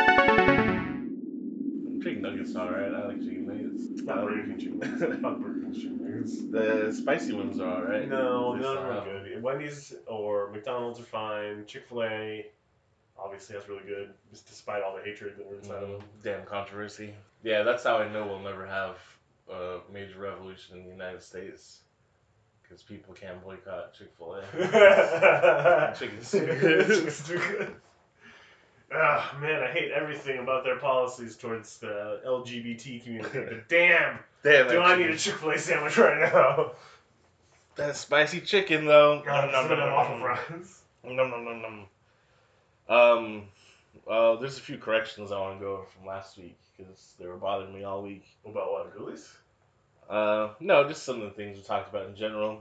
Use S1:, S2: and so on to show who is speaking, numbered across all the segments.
S1: It's- The spicy ones are alright.
S2: No,
S1: They're
S2: none of them are
S1: soft.
S2: good. Wendy's or McDonald's are fine. Chick Fil A, obviously, that's really good, just despite all the hatred that were
S3: Mm-hmm.
S2: inside of them.
S3: Damn controversy. Yeah, that's how I know we'll never have a major revolution in the United States because people can't boycott Chick Fil A. Chicken's too good.
S2: Chicken's too good. Ah, man, I hate everything about their policies towards the LGBT community. But damn,
S3: Damn,
S2: do
S3: that
S2: I need
S3: chicken-
S2: a Chick Fil A sandwich right now?
S3: that spicy chicken though?
S2: God,
S3: Nom, nom,
S2: I'm
S3: nom,
S2: waffle
S3: nom.
S2: fries.
S3: Nom nom nom nom. Um, uh, there's a few corrections I want to go over from last week because they were bothering me all week.
S2: What about what ghoulies?
S3: Uh, no, just some of the things we talked about in general.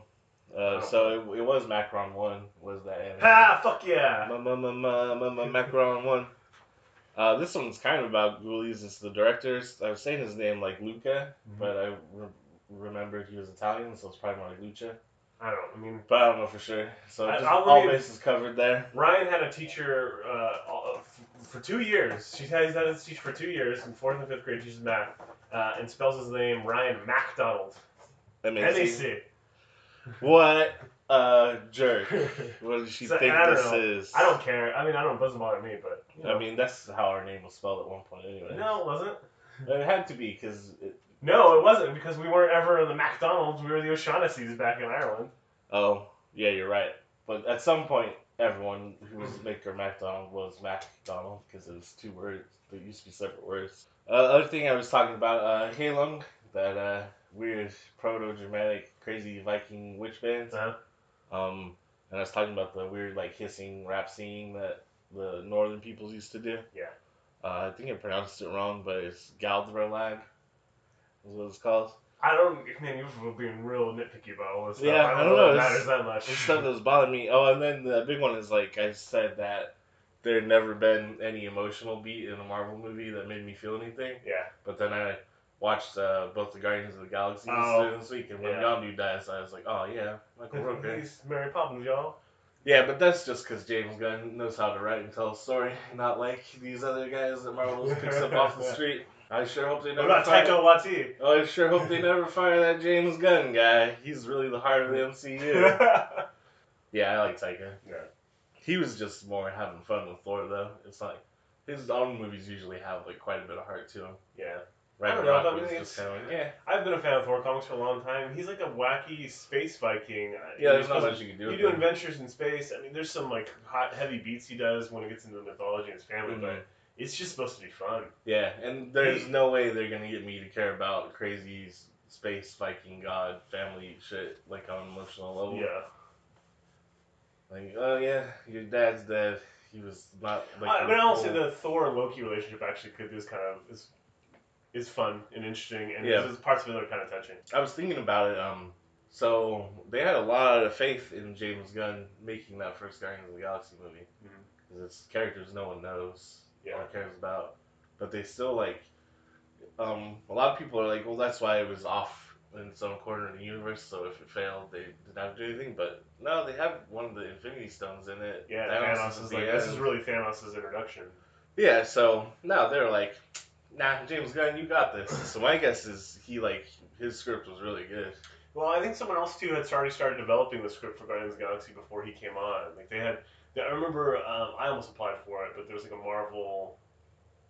S3: Uh,
S2: Oh.
S3: so it, it was Macron one was that anime.
S2: Ah, fuck yeah!
S3: Ma- ma- ma- ma- ma- ma- Macaron one. Uh, this one's kind of about Ghoulies. It's the director. I was saying his name like Luca,
S2: Mm-hmm.
S3: but I re- remembered he was Italian, so it's probably more like Luca.
S2: I don't. I mean,
S3: But I don't know for sure. So
S2: I-
S3: just,
S2: I
S3: all
S2: wouldn't-
S3: bases covered there.
S2: Ryan had a teacher uh, all- f- for two years. She has had a teacher for two years in fourth and fifth grade. Teaches math uh, and spells his name Ryan MacDonald.
S3: Amazing.
S2: M-A-C.
S3: What a jerk. What did she
S2: So,
S3: think
S2: I don't
S3: this
S2: know.
S3: is?
S2: I don't care. I mean, I don't. It doesn't bother me, but you know.
S3: I mean, that's how our name was spelled at one point, anyway.
S2: no, it wasn't.
S3: It had to be, because.
S2: No, it wasn't because we weren't ever the MacDonalds. We were the O'Shaughnessy's back in Ireland.
S3: Oh, yeah, you're right. But at some point, everyone who
S2: Hmm.
S3: was maker MacDonald was MacDonald because it was two words. They used to be separate words. Uh, other thing I was talking about, uh, Halung, that uh, weird proto-Germanic crazy Viking witch band.
S2: Uh-huh.
S3: Um, and I was talking about the weird like hissing rap singing that the northern peoples used to do.
S2: Yeah.
S3: Uh, I think I pronounced it wrong, but it's Galdverlag. Is what it's called.
S2: I don't. Man, you're being real nitpicky about all this stuff.
S3: Yeah,
S2: I
S3: I don't
S2: don't, know.
S3: know,
S2: It
S3: it's-
S2: matters that much.
S3: the stuff that was bothering me. Oh, and then the big one is like I said that there had never been any emotional beat in a Marvel movie that made me feel anything.
S2: yeah.
S3: But then I watched uh, both the Guardians of the Galaxy
S2: Oh,
S3: this week, and when
S2: yeah.
S3: Yondu dies, I was like, oh yeah, Michael Rook. eh?
S2: He's Mary Poppins, y'all.
S3: yeah, but that's just because James Gunn knows how to write and tell a story, not like these other guys that Marvel picks up off the street. I sure hope they
S2: What
S3: never.
S2: about
S3: find-
S2: Taika Waititi?
S3: Oh, I sure hope they never fire that James Gunn guy. He's really the heart of the MCU. Yeah, I like Taika.
S2: Yeah.
S3: He was just more having fun with Thor, though. It's like his own movies usually have like quite a bit of heart to them.
S2: yeah. I don't know,
S3: Ragnarok
S2: but I
S3: was
S2: mean,
S3: just
S2: it's-
S3: kind of like, yeah,
S2: I've been a fan of Thor comics for a long time. He's like a wacky space Viking. Uh,
S3: yeah. There's
S2: He's
S3: not much you can do.
S2: You
S3: With
S2: do
S3: them.
S2: adventures in space. I mean, there's some like hot, heavy beats he does when he gets into the mythology and his family, but
S3: Mhm.
S2: it's just supposed to be fun.
S3: Yeah, and there's no way they're gonna get me to care about crazy s- space Viking god family shit like on an emotional level.
S2: Yeah.
S3: Like, oh yeah, your dad's dead. He was not. Like,
S2: I, but I also
S3: cool.
S2: the Thor and Loki relationship actually could is kind of is is fun and interesting, and
S3: Yeah.
S2: there's parts of it that are kind of touching.
S3: I was thinking about it. Um, so they had a lot of faith in James Gunn making that first Guardians of the Galaxy movie
S2: Mhm.
S3: because it's characters no one knows
S2: Yeah.
S3: or cares about, but they still like. Um, a lot of people are like, well, that's why it was off in some corner of the universe. So if it failed, they didn't have to do anything. But no, they have one of the Infinity Stones in it.
S2: Yeah,
S3: Thanos
S2: Thanos,
S3: at
S2: is
S3: the
S2: like this
S3: end.
S2: is really Thanos' introduction.
S3: Yeah, so now they're like, nah, James Gunn, you got this. So my guess is he like his script was really good.
S2: Well, I think someone else too had already started developing the script for Guardians of the Galaxy before he came on. Like they had, they, I remember um, I almost applied for it, but there was like a Marvel.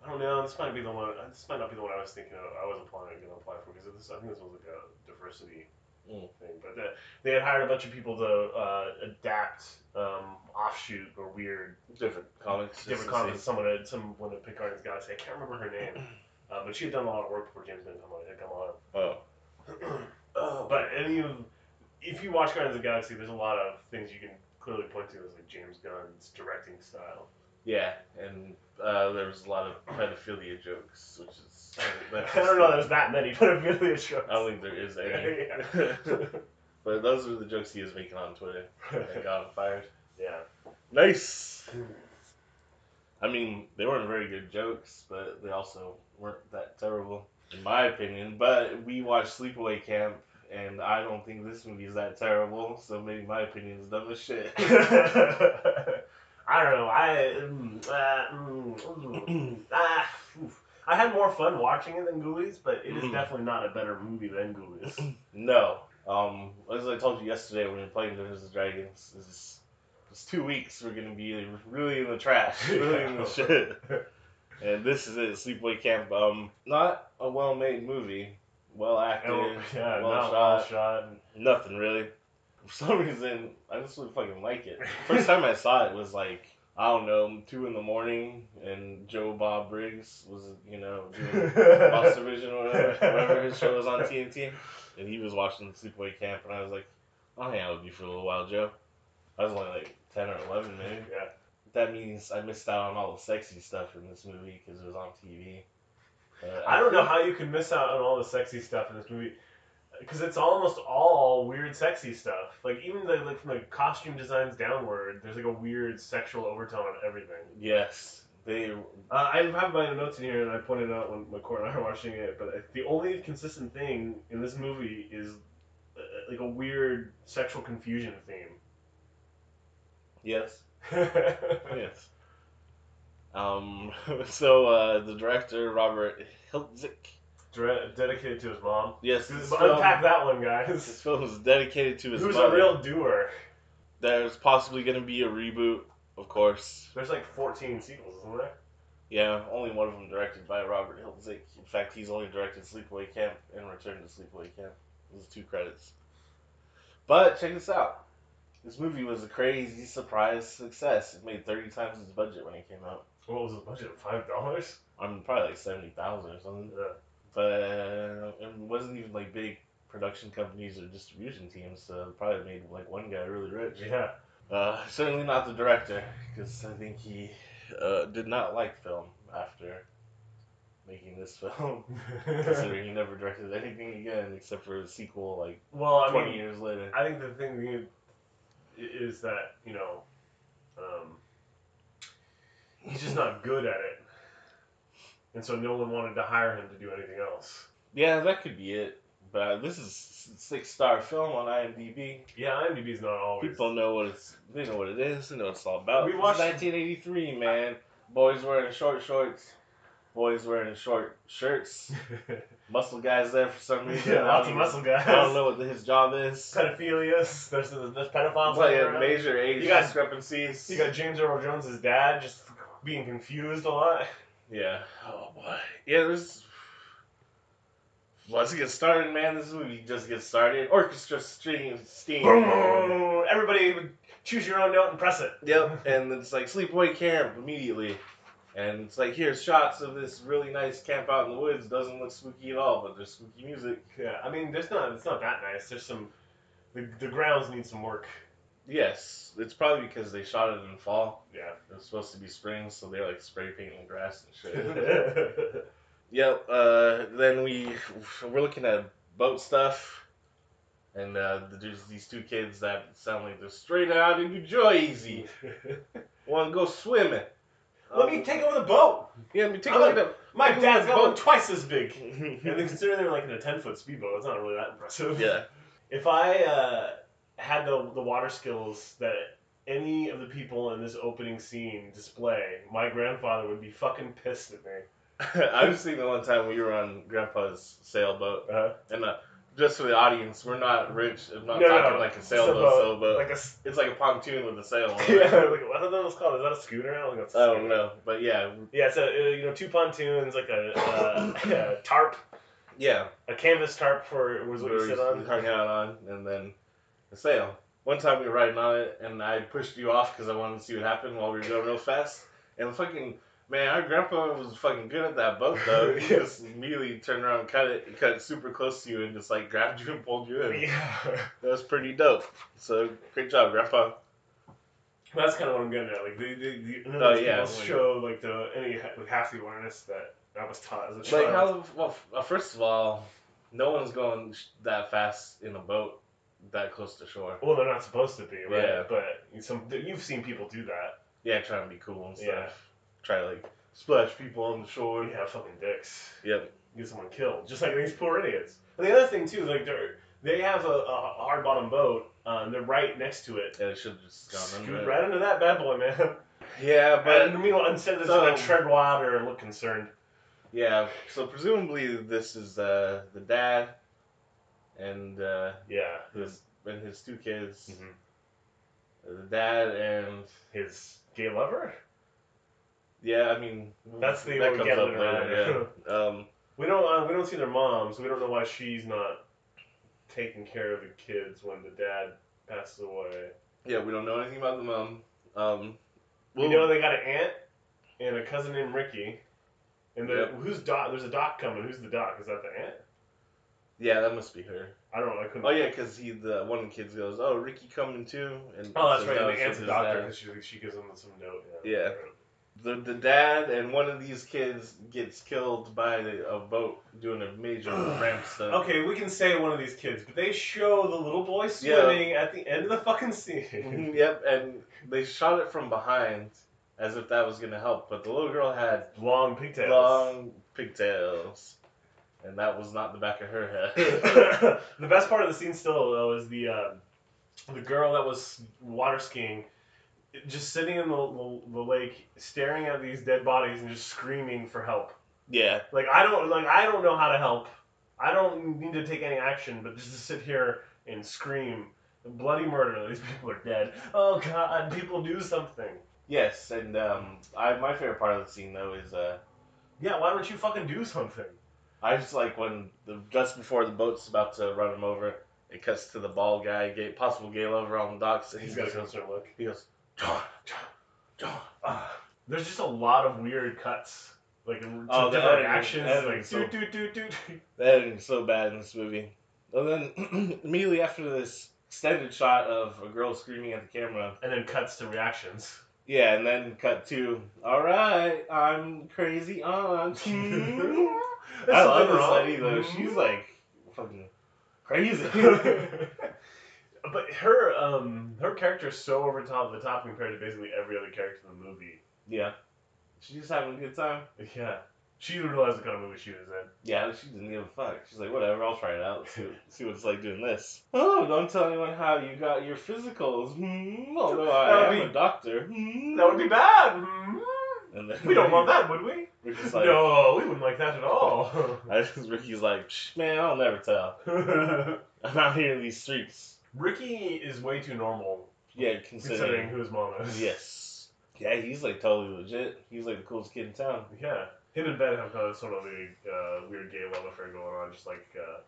S2: I don't know. This might be the one. This might not be the one I was thinking of. I was applying going to apply for because this. I think this was like a diversity
S3: Mm.
S2: thing. But the, they had hired a bunch of people to uh, adapt um, offshoot or weird
S3: different comics. just
S2: different
S3: to see.
S2: comments. Someone had someone had picked Guardians of the Galaxy. I can't remember her name, uh, but she had done a lot of work before James Gunn come on. Had come on.
S3: Oh,
S2: But any of, if you watch Guardians of the Galaxy, there's a lot of things you can clearly point to as like James Gunn's directing style.
S3: yeah, and uh, there was a lot of pedophilia jokes, which is that's
S2: I don't know.
S3: just-
S2: There's that many, but it really is shows.
S3: I don't think there is any. but those are the jokes he is making on Twitter that got him fired.
S2: yeah.
S3: Nice. I mean, they weren't very good jokes, but they also weren't that terrible, in my opinion. But we watched Sleepaway Camp, and I don't think this movie is that terrible. So maybe my opinion is dumb as shit.
S2: I don't know. I mm, uh, mm, mm, ah, oof. I had more fun watching it than Ghoulies, but it is
S3: Mhm.
S2: definitely not a better movie than Ghoulies.
S3: No. Um, as I told you yesterday when we were playing Dungeons and Dragons, this is it's two weeks we're gonna be really in the trash, really
S2: Oh,
S3: in the shit. And this is it, Sleepaway Camp. Um, not a well-made movie, well acted,
S2: And, Oh, yeah,
S3: well
S2: not
S3: shot,
S2: well shot.
S3: nothing really. For some reason, I just really fucking like it. First time I saw it was like I don't know, two in the morning, and Joe Bob Briggs was you know doing Monster Vision or whatever, whatever his show was on TNT, and he was watching Sleepaway Camp, and I was like, I'll hang out with you for a little while, Joe. I was only like ten or eleven, maybe.
S2: Yeah.
S3: That means I missed out on all the sexy stuff in this movie because it was on TV. Uh,
S2: I don't know how you can miss out on all the sexy stuff in this movie, because it's almost all weird sexy stuff. Like even the like from the costume designs downward, there's like a weird sexual overtone on everything.
S3: Yes, they.
S2: Uh, I have my notes in here, and I pointed out when McCoy and I were watching it, but the only consistent thing in this movie is uh, like a weird sexual confusion theme.
S3: Yes. yes. Um. So uh, the director Robert Hiltzik.
S2: Dre- dedicated to his mom.
S3: Yes. This film,
S2: Unpack that one,
S3: this
S2: guys.
S3: film is dedicated to his
S2: Who's a
S3: mother.
S2: real doer?
S3: There's possibly going to be a reboot, of course.
S2: There's like 14 sequels, isn't there?
S3: Yeah, only one of them directed by Robert Hiltzik. In fact, he's only directed Sleepaway Camp and Return to Sleepaway Camp. Those are two credits. But check this out. This movie was a crazy surprise success. It made 30 times its budget when it came out.
S2: What was the budget? Five dollars?
S3: I mean, probably like 70,000 or something. But uh, it wasn't even like big production companies or distribution teams, so it probably made like one guy really rich.
S2: Yeah.
S3: Uh, certainly not the director, because I think he uh, did not like film after making this film. Considering he never directed anything again except for a sequel like
S2: well, I
S3: 20
S2: mean,
S3: years later.
S2: I think the thing you- is that you know, um, he's just not good at it, and so no one wanted to hire him to do anything else.
S3: Yeah, that could be it. But uh, this is six star film on IMDb.
S2: Yeah, IMDb's not always.
S3: People know what it's they know what it is. They know what it's all about.
S2: We
S3: This is
S2: watched-
S3: 1983, man. Boys wearing short shorts. Boys wearing short shirts. Muscle guys there for some reason.
S2: yeah,
S3: I
S2: lots
S3: don't
S2: of
S3: even-
S2: muscle guys.
S3: I don't know what his job is.
S2: Pedophilias. There's there's pedophiles.
S3: It's like
S2: all
S3: a
S2: around.
S3: major age
S2: You got-
S3: discrepancies.
S2: You got James Earl Jones' dad just being confused a lot.
S3: yeah. Oh boy. Yeah, this. Let's get started, man. This movie just gets started. Orchestra string steam.
S2: Boom! Everybody would choose your own note and press it.
S3: Yep. And it's like sleepaway camp immediately. And it's like here's shots of this really nice camp out in the woods. Doesn't look spooky at all, but there's spooky music.
S2: Yeah, I mean, there's not. It's not that nice. There's some. The, the grounds need some work.
S3: Yes, it's probably because they shot it in fall.
S2: Yeah.
S3: It was supposed to be spring, so they're like spray painting the grass and shit. Yep. Uh, then we we're looking at boat stuff, and uh, there's these two kids that sound like they're straight out of New Jersey. Want to go swimming? Um,
S2: Let me take over the boat.
S3: Yeah, let me take a
S2: I'm
S3: look at
S2: My
S3: Take
S2: dad's
S3: over the
S2: got one
S3: boat.
S2: twice as big. And then
S3: the.
S2: considering they're like in a ten foot speedboat, it's not really that impressive.
S3: yeah.
S2: If I uh, had the the water skills that any of the people in this opening scene display, my grandfather would be fucking pissed at me.
S3: I was thinking the one time we were on Grandpa's sailboat,
S2: Uh,
S3: and uh, just for the audience, we're not rich. I'm not
S2: No, no,
S3: talking
S2: no.
S3: like a
S2: Sailboat,
S3: sailboat, sailboat.
S2: like a s-
S3: it's like a pontoon with a sail. on it.
S2: yeah, like, I don't know what it's called. Is that a scooter? I don't think it's a
S3: I
S2: scooter.
S3: don't know, but yeah,
S2: Yeah, so uh, you know, two pontoons, like a, uh, a tarp,
S3: yeah.
S2: a canvas tarp for was what you
S3: we
S2: sit on.
S3: hung out on, and then the sail. One time we were riding on it, and I pushed you off because I wanted to see what happened while we were going real fast. And fucking man, our grandpa was fucking good at that boat though. He just immediately turned around, and cut it, and cut it super close to you, and just like grabbed you and pulled you in.
S2: Yeah,
S3: That was pretty dope. So great job, grandpa.
S2: that's kind of what I'm getting at. Like, they, they, they, none of
S3: Oh,
S2: these
S3: yeah,
S2: people
S3: like-
S2: show like the any like half the awareness that I was taught as a child.
S3: Like how? Well, f- first of all, no one's going sh- that fast in a boat that close to shore.
S2: well, they're not supposed to be, right?
S3: Yeah.
S2: But you- some you've seen people do that.
S3: Yeah, trying to be cool and stuff.
S2: Yeah.
S3: Try to like splash people on the shore.
S2: We have fucking dicks.
S3: Yep.
S2: Get someone killed, just like these poor idiots. And the other thing too, like they're they have a, a hard bottom boat, uh, and they're right next to it.
S3: Yeah, it should have just gone
S2: Scoot
S3: under.
S2: right into that bad boy, man.
S3: Yeah,
S2: But
S3: but
S2: meanwhile, instead of
S3: So-
S2: going to tread water and look concerned,
S3: Yeah, so presumably this is uh, the dad and uh,
S2: Yeah.
S3: his and his two kids. Uh,
S2: Mhm. Mm-hmm.
S3: The dad and
S2: His gay lover?
S3: yeah, I mean
S2: That's the
S3: that
S2: one
S3: comes up
S2: gathering
S3: later.
S2: around.
S3: Yeah. um,
S2: We don't uh, we don't see their mom, so we don't know why she's not taking care of the kids when the dad passes away.
S3: yeah, we don't know anything about the mom. Um,
S2: we know they got an aunt and a cousin named Ricky. And the
S3: Yep.
S2: who's doc? There's a doc coming. Who's the doc? Is that the aunt?
S3: yeah, that must be her.
S2: I don't know. I couldn't.
S3: Oh yeah, because he the one of the kids goes, "Oh, Ricky coming too," and
S2: Oh, that's
S3: so
S2: right.
S3: now it's
S2: And the
S3: just
S2: aunt's a
S3: his
S2: doctor
S3: dad.
S2: because she, she gives him some note.
S3: Yeah. the the dad and one of these kids gets killed by the, a boat doing a major ramp stunt.
S2: Okay, we can say one of these kids, but they show the little boy
S3: Yeah.
S2: swimming at the end of the fucking scene.
S3: Mhm, yep, and they shot it from behind as if that was gonna help, but the little girl had
S2: Long pigtails.
S3: long pigtails, and that was not the back of her head.
S2: the best part of the scene still though is the uh, the girl that was water skiing, just sitting in the, the, the lake, staring at these dead bodies and just screaming for help.
S3: yeah,
S2: Like I don't like I don't know how to help. I don't need to take any action, but just to sit here and scream bloody murder. These people are dead. Oh God, people do something.
S3: yes, and um, I my favorite part of the scene though is uh,
S2: Yeah, why don't you fucking do something?
S3: I just like when the, just before the boat's about to run him over, it cuts to the bald guy, gay, possible gay lover on the docks, and
S2: He's
S3: he's
S2: got a
S3: goes,
S2: closer look.
S3: he goes, John, John, John.
S2: Ugh. Ah, there's just a lot of weird cuts, like in- to
S3: Oh, the
S2: different
S3: editing-
S2: actions,
S3: editing,
S2: like
S3: so-
S2: do do do do. do.
S3: The editing's so bad in this movie. And then immediately after this extended shot of a girl screaming at the camera,
S2: and then cuts to reactions.
S3: yeah, and then cut to, all right, I'm crazy aunt.
S2: I
S3: I love this lady though.
S2: Mm-hmm.
S3: She's like fucking crazy.
S2: but her um her character is so over top the top compared to basically every other character in the movie.
S3: yeah, she's just having a good time.
S2: Yeah, she didn't realize what kind of movie she was in.
S3: Yeah, she didn't give a fuck. She's like, whatever, I'll try it out. See, see what it's like doing this. Oh, don't tell anyone how you got your physicals. Hmm, although I
S2: That
S3: am
S2: would
S3: a doctor. Hmm.
S2: That would be bad.
S3: And then
S2: We don't want that, would we?
S3: Ricky's like,
S2: no, we wouldn't like that at all.
S3: I just, Ricky's like, "Psh, man, I'll never tell. I'm out here in these streets.
S2: Ricky is way too normal
S3: Yeah,
S2: considering
S3: considering.
S2: who his mom is.
S3: Yes. Yeah, he's like totally legit. He's like the coolest kid in town.
S2: Yeah. Him and Ben have kind of sort of a uh, weird gay love affair going on, just like uh,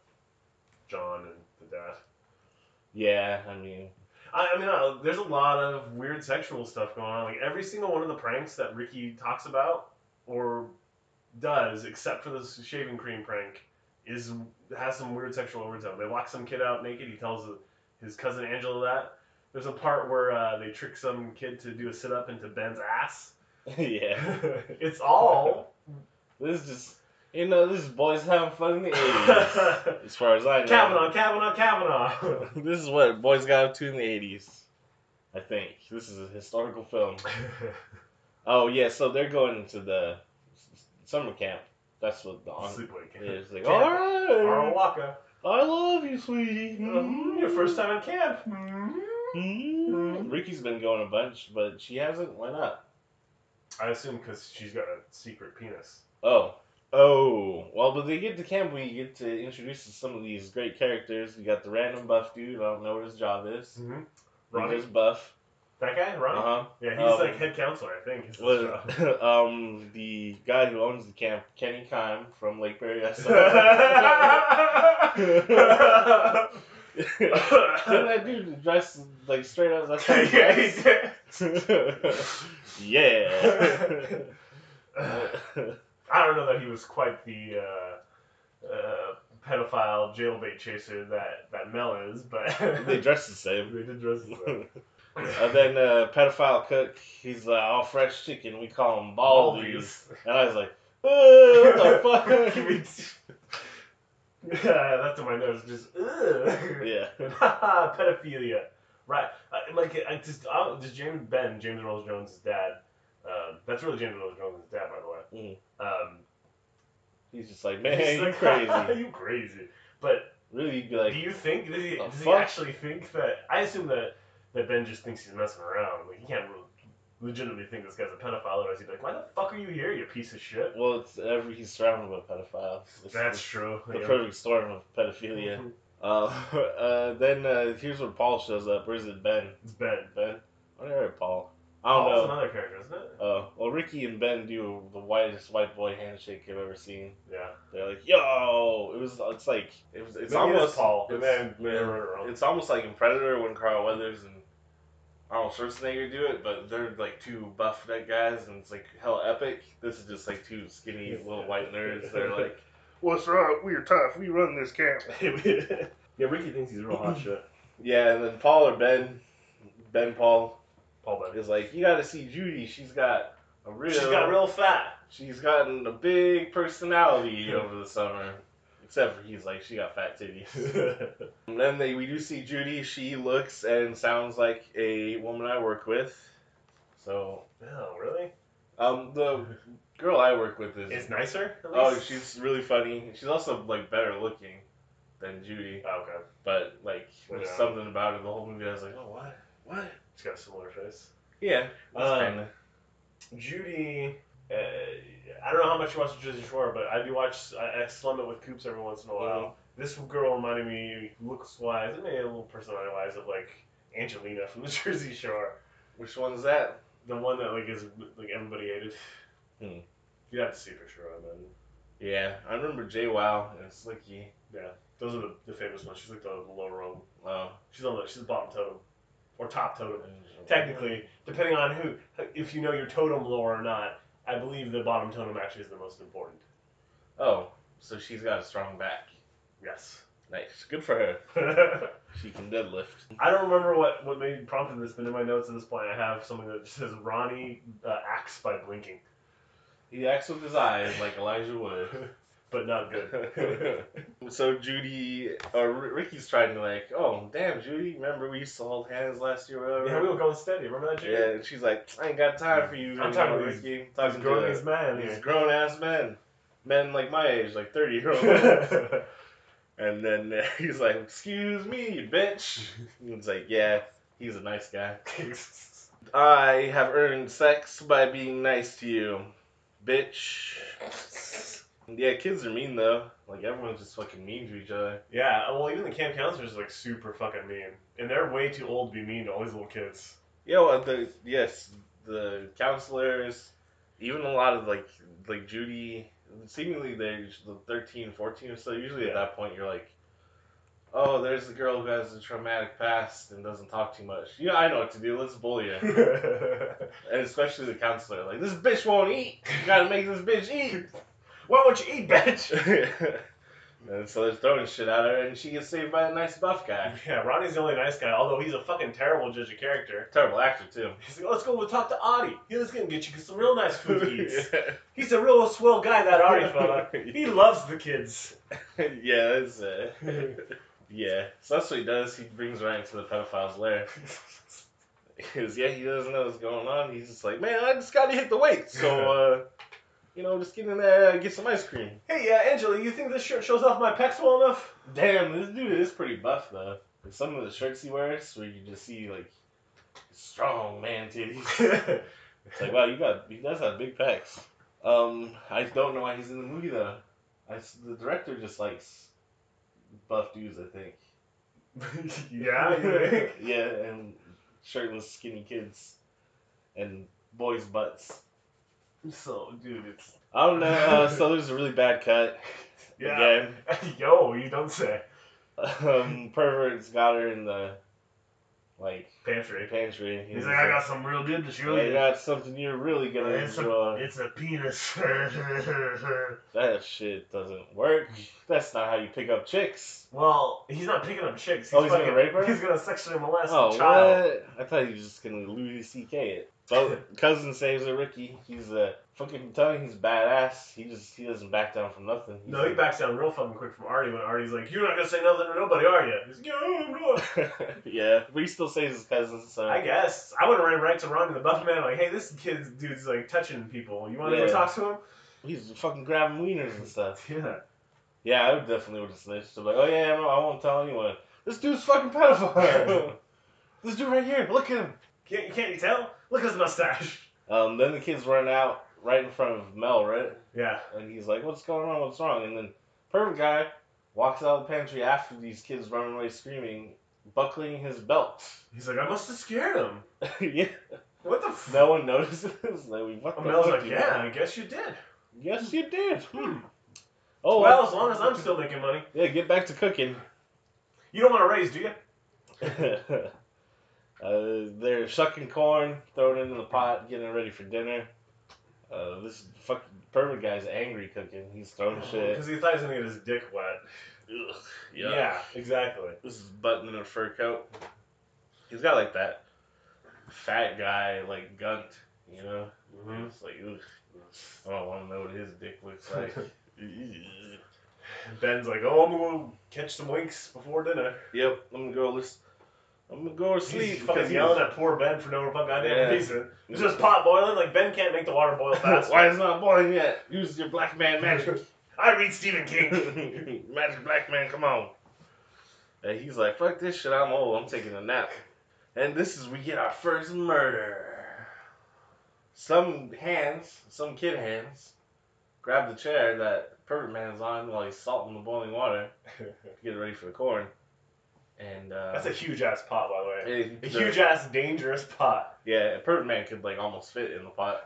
S2: John and the dad.
S3: Yeah, I mean,
S2: I, I mean, uh, there's a lot of weird sexual stuff going on. Like every single one of the pranks that Ricky talks about or does, except for the shaving cream prank, is has some weird sexual overtone. They lock some kid out naked. He tells his cousin Angela that. There's a part where uh, they trick some kid to do a sit up into Ben's ass.
S3: yeah.
S2: it's all.
S3: This is just, you know, this is boys having fun in the 80s. as far as I know.
S2: Kavanaugh, Kavanaugh, Kavanaugh.
S3: this is what boys got up to in the 80s. I think. This is a historical film. Oh, yeah, so they're going to the s- summer camp. That's what the on
S2: Sleepaway Camp.
S3: is. Like,
S2: Camp.
S3: all
S2: Arl
S3: right.
S2: Waka.
S3: I love you, sweetie.
S2: Um, Your first time Mm-hmm. in camp.
S3: Mm. Ricky's been going a bunch, but she hasn't went up.
S2: I assume because she's got a secret penis.
S3: Oh. Oh. Well, but they get to camp, we get to introduce some of these great characters. We got the random buff dude. I don't know what his job is.
S2: Mm-hmm.
S3: Ronnie's
S2: Ronnie.
S3: buff.
S2: That guy,
S3: Uh
S2: Ronnie.
S3: huh.
S2: Yeah, he's
S3: Um,
S2: like head counselor, I think. is his
S3: was
S2: job.
S3: um the guy who owns the camp, Kenny Kime from Lake Berry. I saw.
S2: yeah,
S3: that dude dressed like straight up. That's how he dressed. yeah.
S2: he did. I don't know that he was quite the uh, uh, pedophile jailbait chaser that that Mel is, but
S3: they dress the same.
S2: They did dress as that.
S3: And then uh, pedophile cook, he's like all fresh chicken. We call him Baldies. And I was like, "Uh, what the
S2: Give
S3: fuck?
S2: me t- yeah, that's in my nose. Just ugh.
S3: yeah.
S2: pedophilia. Right. I, like I just I, don't- just James Ben James Earl Jones' dad. Um, that's really James Earl Jones' dad, by the
S3: Mm.
S2: way. Um,
S3: He's just like, man,
S2: he's
S3: you
S2: like,
S3: crazy.
S2: you crazy. But
S3: Really, you'd be like,
S2: Do you think does he,
S3: the
S2: does he
S3: fuck?
S2: actually think that? I assume that that Ben just thinks he's messing around. Like he can't really legitimately think this guy's a pedophile, otherwise he'd be like, "Why the fuck are you here, you piece of shit?"
S3: Well, it's every he's surrounded by pedophiles. It's
S2: That's
S3: the,
S2: true.
S3: the
S2: yeah. Mm-hmm.
S3: perfect storm of pedophilia. Uh, uh, then uh, here's where Paul shows up. Where's it Ben?
S2: It's Ben.
S3: Ben? Where is Paul? I don't
S2: Paul's
S3: know.
S2: another character, isn't it?
S3: Uh, well, Ricky and Ben do the whitest white boy handshake you've ever seen.
S2: Yeah.
S3: They're like, "Yo!" It was. It's like it was, it's
S2: Maybe it is
S3: almost
S2: Paul.
S3: it's-
S2: man,
S3: yeah.
S2: man, wrong.
S3: It's almost like in Predator when Carl Weathers and Arnold Schwarzenegger do it, but they're like two buff neck guys, and it's like hell epic. This is just like two skinny little white nerds. They're like, "What's up? We're tough. We run this camp."
S2: yeah, Ricky thinks he's real hot shit.
S3: Yeah, and then Paul or Ben, Ben Paul
S2: Paul Ben.
S3: is like, "You got to see Judy. She's got a real.
S2: She's got real fat.
S3: She's gotten a big personality over the summer." Except for he's like, "She got fat titties." And then they, we do see Judy. She looks and sounds like a woman I work with. So,
S2: no, really?
S3: um, the girl I work with is
S2: It's nicer. At
S3: oh,
S2: least?
S3: she's really funny. She's also like better looking than Judy,
S2: Oh, okay.
S3: but like there's
S2: Yeah.
S3: something about her the whole movie. I was like, oh, what, what?
S2: She's got a similar face.
S3: Yeah,
S2: Um,
S3: kinda.
S2: Judy. Uh, I don't know how much you watch Jersey Shore, but I do watch. I, I slum it with Coops every once in a while.
S3: Mm-hmm.
S2: This girl reminded me, looks wise, and maybe a little personality wise, of like Angelina from the Jersey Shore,
S3: Which one's that?
S2: the one that like is like everybody hated.
S3: Hmm.
S2: You have to see a picture of them.
S3: Yeah, I remember Jay Wow and Slicky.
S2: Those are the, the famous ones. She's like the, the lower rung.
S3: Oh,
S2: She's on the she's the bottom totem, or top totem. Technically, depending on who, if you know your totem lore or not, I believe the bottom totem actually is the most important.
S3: Oh, so she's got a strong back.
S2: Yes.
S3: Nice, good for her.
S2: I
S3: She can deadlift.
S2: don't remember what what made prompted this, but in my notes at this point, I have something that just says Ronnie uh, acts by blinking,
S3: He acts with his eyes like Elijah Wood.
S2: but not good.
S3: so Judy, or R- Ricky's trying to like, oh damn, Judy, remember we used to hold hands last year, whatever.
S2: yeah, we were going steady. Remember that,
S3: Yeah,
S2: Judy?
S3: and she's like, I ain't got time for you.
S2: I'm talking to these-
S3: Ricky.
S2: He's
S3: Talking
S2: growing
S3: to
S2: his man.
S3: these
S2: here.
S3: grown ass men, men like my age, like thirty year old.
S2: yeah,
S3: and then uh, he's like, excuse me, bitch. And it's like, yeah, he's a nice guy. I have earned sex by being nice to you, bitch. Yeah, kids are mean though. Like everyone's just fucking mean to each other.
S2: uh, well, even the camp counselors are like super fucking mean, and they're way too old to be mean to all these little kids.
S3: Yeah, well, the yes, the counselors, even a lot of like like Judy, seemingly they're just the 13, 14 or so. Usually at
S2: Yeah.
S3: that point, you're like, oh, there's the girl who has a traumatic past and doesn't talk too much. Yeah, I know what to do. Let's bully her, and especially the counselor, like this bitch won't eat. You gotta make this bitch eat.
S2: Why won't you eat, bitch?
S3: and so they're throwing shit at her, and she gets saved by a nice buff guy.
S2: Yeah, Ronnie's the only nice guy, although he's a fucking terrible judge of character.
S3: Terrible actor too.
S2: He's like, let's go we'll talk to Audie. He's gonna get you some real nice food to eat. He's a real swell guy, that Audie fella. He loves the kids.
S3: yeah, that's uh, yeah. So that's what he does. He brings Ryan to the pedophile's lair. Because yeah, he doesn't know what's going on. He's just like, man, I just gotta hit the weights. So uh, you know, just get in there, and get some ice cream.
S2: Hey, uh, Angela, you think this shirt shows off my pecs well enough?
S3: Damn, this dude is pretty buff though. Like, some of the shirts he wears, where you just see like strong man titties. it's like, wow, you got he does have big pecs. Um, I don't know why he's in the movie though. I s the director just likes buff dudes, I think.
S2: yeah.
S3: yeah, and shirtless, skinny kids, and boys' butts.
S2: so, dude, it's.
S3: I don't know. Uh, so there's a really bad cut.
S2: Yeah.
S3: Again,
S2: Yo, you don't say.
S3: um, pervert's got her in the like
S2: Pantry.
S3: pantry.
S2: He's like, I got some real good to show
S3: I
S2: you.
S3: got something you're really gonna
S2: It's a-
S3: enjoy.
S2: It's a penis.
S3: That shit doesn't work. That's not how you pick up chicks.
S2: well, he's not picking up chicks.
S3: Oh, he's gonna
S2: fucking-
S3: rape her?
S2: He's gonna sexually molest
S3: Oh,
S2: a child.
S3: what? I thought you were just gonna Louis C.K. it. But cousin saves her, Ricky. He's a fucking telling he's badass. He just he doesn't back down from nothing. He's
S2: No, he backs down real fucking quick from Artie when Artie's like, "You're not gonna say nothing to nobody, are you?" He's like, "Yeah, I'm not."
S3: yeah, but he still saves his cousin. So
S2: I guess I would have ran right to Ron and the Buff Man like, "Hey, this kid dude's like touching people. You want to
S3: Yeah.
S2: go talk to him?"
S3: he's fucking grabbing wieners and stuff.
S2: Yeah.
S3: Yeah, I would definitely would have snitched. I'm like, oh yeah, no, I won't tell anyone. This dude's fucking pedophile. this dude right here, look at him.
S2: Can't, can't you tell? Look at his mustache.
S3: Um, then the kids run out right in front of Mel, right?
S2: Yeah.
S3: And he's like, "What's going on? What's wrong?" And then perfect guy walks out of the pantry after these kids run away screaming, buckling his belt.
S2: He's like, I must have scared him.
S3: yeah,
S2: What the f?
S3: no one notices. like, we what the
S2: Mel's
S3: fuck
S2: like,
S3: do you
S2: yeah,
S3: want?"
S2: I guess you did.
S3: Yes, you did. Hmm.
S2: Hmm.
S3: Oh
S2: well, as long as I'm still making money.
S3: yeah, get back to cooking.
S2: You don't want to raise, do you?
S3: uh, they're shucking corn, throwing it in the pot, getting ready for dinner. Uh, this fuck pervert guy's angry cooking. He's throwing shit.
S2: Because he thought he was going to get his dick wet.
S3: Ugh,
S2: exactly.
S3: This is button in a fur coat. He's got like that fat guy, like gunt, you know?
S2: Mhm.
S3: It's like, ugh, I don't want to know what his dick looks like.
S2: Ben's like, oh, I'm going to go catch some winks before dinner.
S3: yep, I'm gonna go. Listen. I'm gonna go to
S2: He's
S3: sleep
S2: fucking
S3: because
S2: yelling at poor Ben for no fucking goddamn
S3: Yeah.
S2: reason. It's just pot boiling. Like, Ben can't make the water boil fast.
S3: Why is it not boiling yet? Use your black man magic.
S2: I read Stephen King.
S3: Magic black man, come on. And he's like, fuck this shit, I'm old, I'm taking a nap. And this is we get our first murder. Some hands, some kid hands, grab the chair that Perfect Man's on while he's salting the boiling water to get ready for the corn. And uh
S2: That's a huge ass pot, by the way.
S3: it-
S2: A
S3: the-
S2: huge ass dangerous pot.
S3: Yeah, Perfect Man could like almost fit in the pot.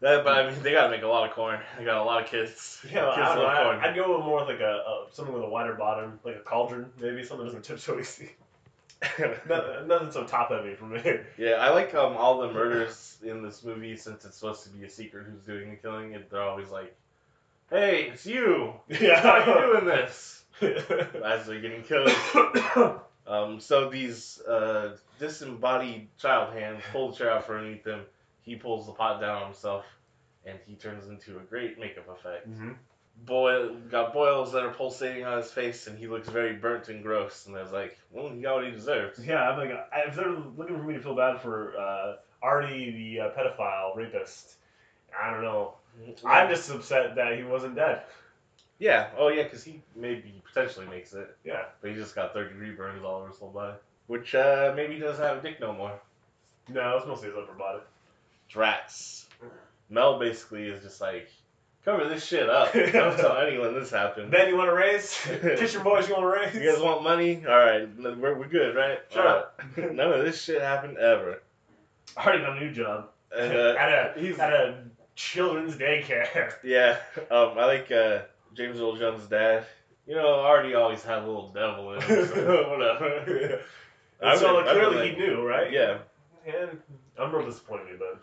S3: That, but I mean they gotta make a lot of corn. They got a lot of kids.
S2: Yeah,
S3: kids
S2: I don't know.
S3: love corn.
S2: I, I'd go with more like a, a something with a wider bottom, like a cauldron, maybe something that doesn't tip so easy. Nothing, nothing so top heavy for me.
S3: Yeah, I like um, all the murders in this movie since it's supposed to be a secret who's doing the killing, and they're always like, "Hey, it's you! How you doing this?" As they're getting killed. Um, so these uh, disembodied child hands pull the chair out from underneath him. He pulls the pot down on himself, and he turns into a great makeup effect.
S2: Mhm.
S3: Boil got boils that are pulsating on his face, and he looks very burnt and gross. And I was like, "Well, he got what he deserved."
S2: Yeah, I'm like, I- if they're looking for me to feel bad for uh, Artie, the uh, pedophile rapist, I don't know. I'm just upset that he wasn't dead.
S3: Yeah. Oh, yeah, because he maybe potentially makes it,
S2: Yeah.
S3: but he just got third degree burns all over his whole body, which uh, maybe he doesn't have a dick no more.
S2: No, it's mostly his upper body.
S3: Drats. Mel basically is just like, cover this shit up. Don't tell anyone this happened.
S2: Ben, you want to raise? Kitchen boys, you want to
S3: You
S2: raise?
S3: guys want money? All right, we're, we're good, right?
S2: Shut up.
S3: Uh, none of this shit happened ever.
S2: Artie got a new job
S3: And, uh,
S2: at a
S3: he's-
S2: at a children's daycare.
S3: Yeah, um, I like uh, James Earl Jones' dad. You know, already always had a little devil in him. So whatever.
S2: And so
S3: would- I would
S2: clearly
S3: like-
S2: he knew, right?
S3: Yeah.
S2: And I'm real disappointed, but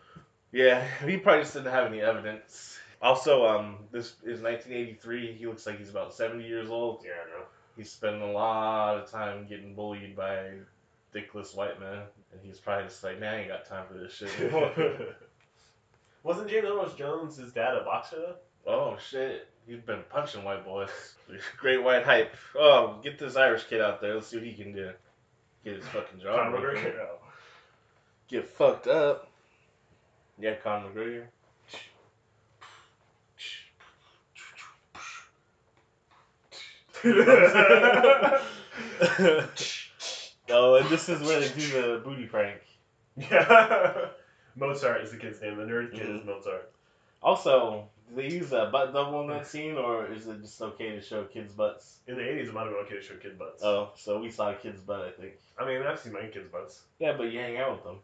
S3: Yeah, he probably just didn't have any evidence. Also, um, this is 1983. He looks like he's about 70 years old.
S2: yeah, I know.
S3: He's spending a lot of time getting bullied by dickless white men, and he's probably just like, "Man, I ain't got time for this shit." anymore."
S2: Wasn't James Earl Jones his dad a boxer though?
S3: oh shit, he's been punching white boys. Great white hype. Oh, get this Irish kid out there. Let's see what he can do. Get his fucking jaw
S2: Conor
S3: broken.
S2: McGregor.
S3: Get fucked up. Yeah, Conor McGregor. oh, and this is where they do the booty prank.
S2: yeah. Mozart is the kid's name. The nerd kid
S3: Mm-hmm.
S2: is Mozart.
S3: Also, do they use a butt double in that scene, or is it just okay to show kids' butts?
S2: In the 80s, it might have been okay to show kid butts.
S3: Oh, so we saw a kid's butt, I think.
S2: I mean, I've seen my kid's butts.
S3: Yeah, but you hang out with them.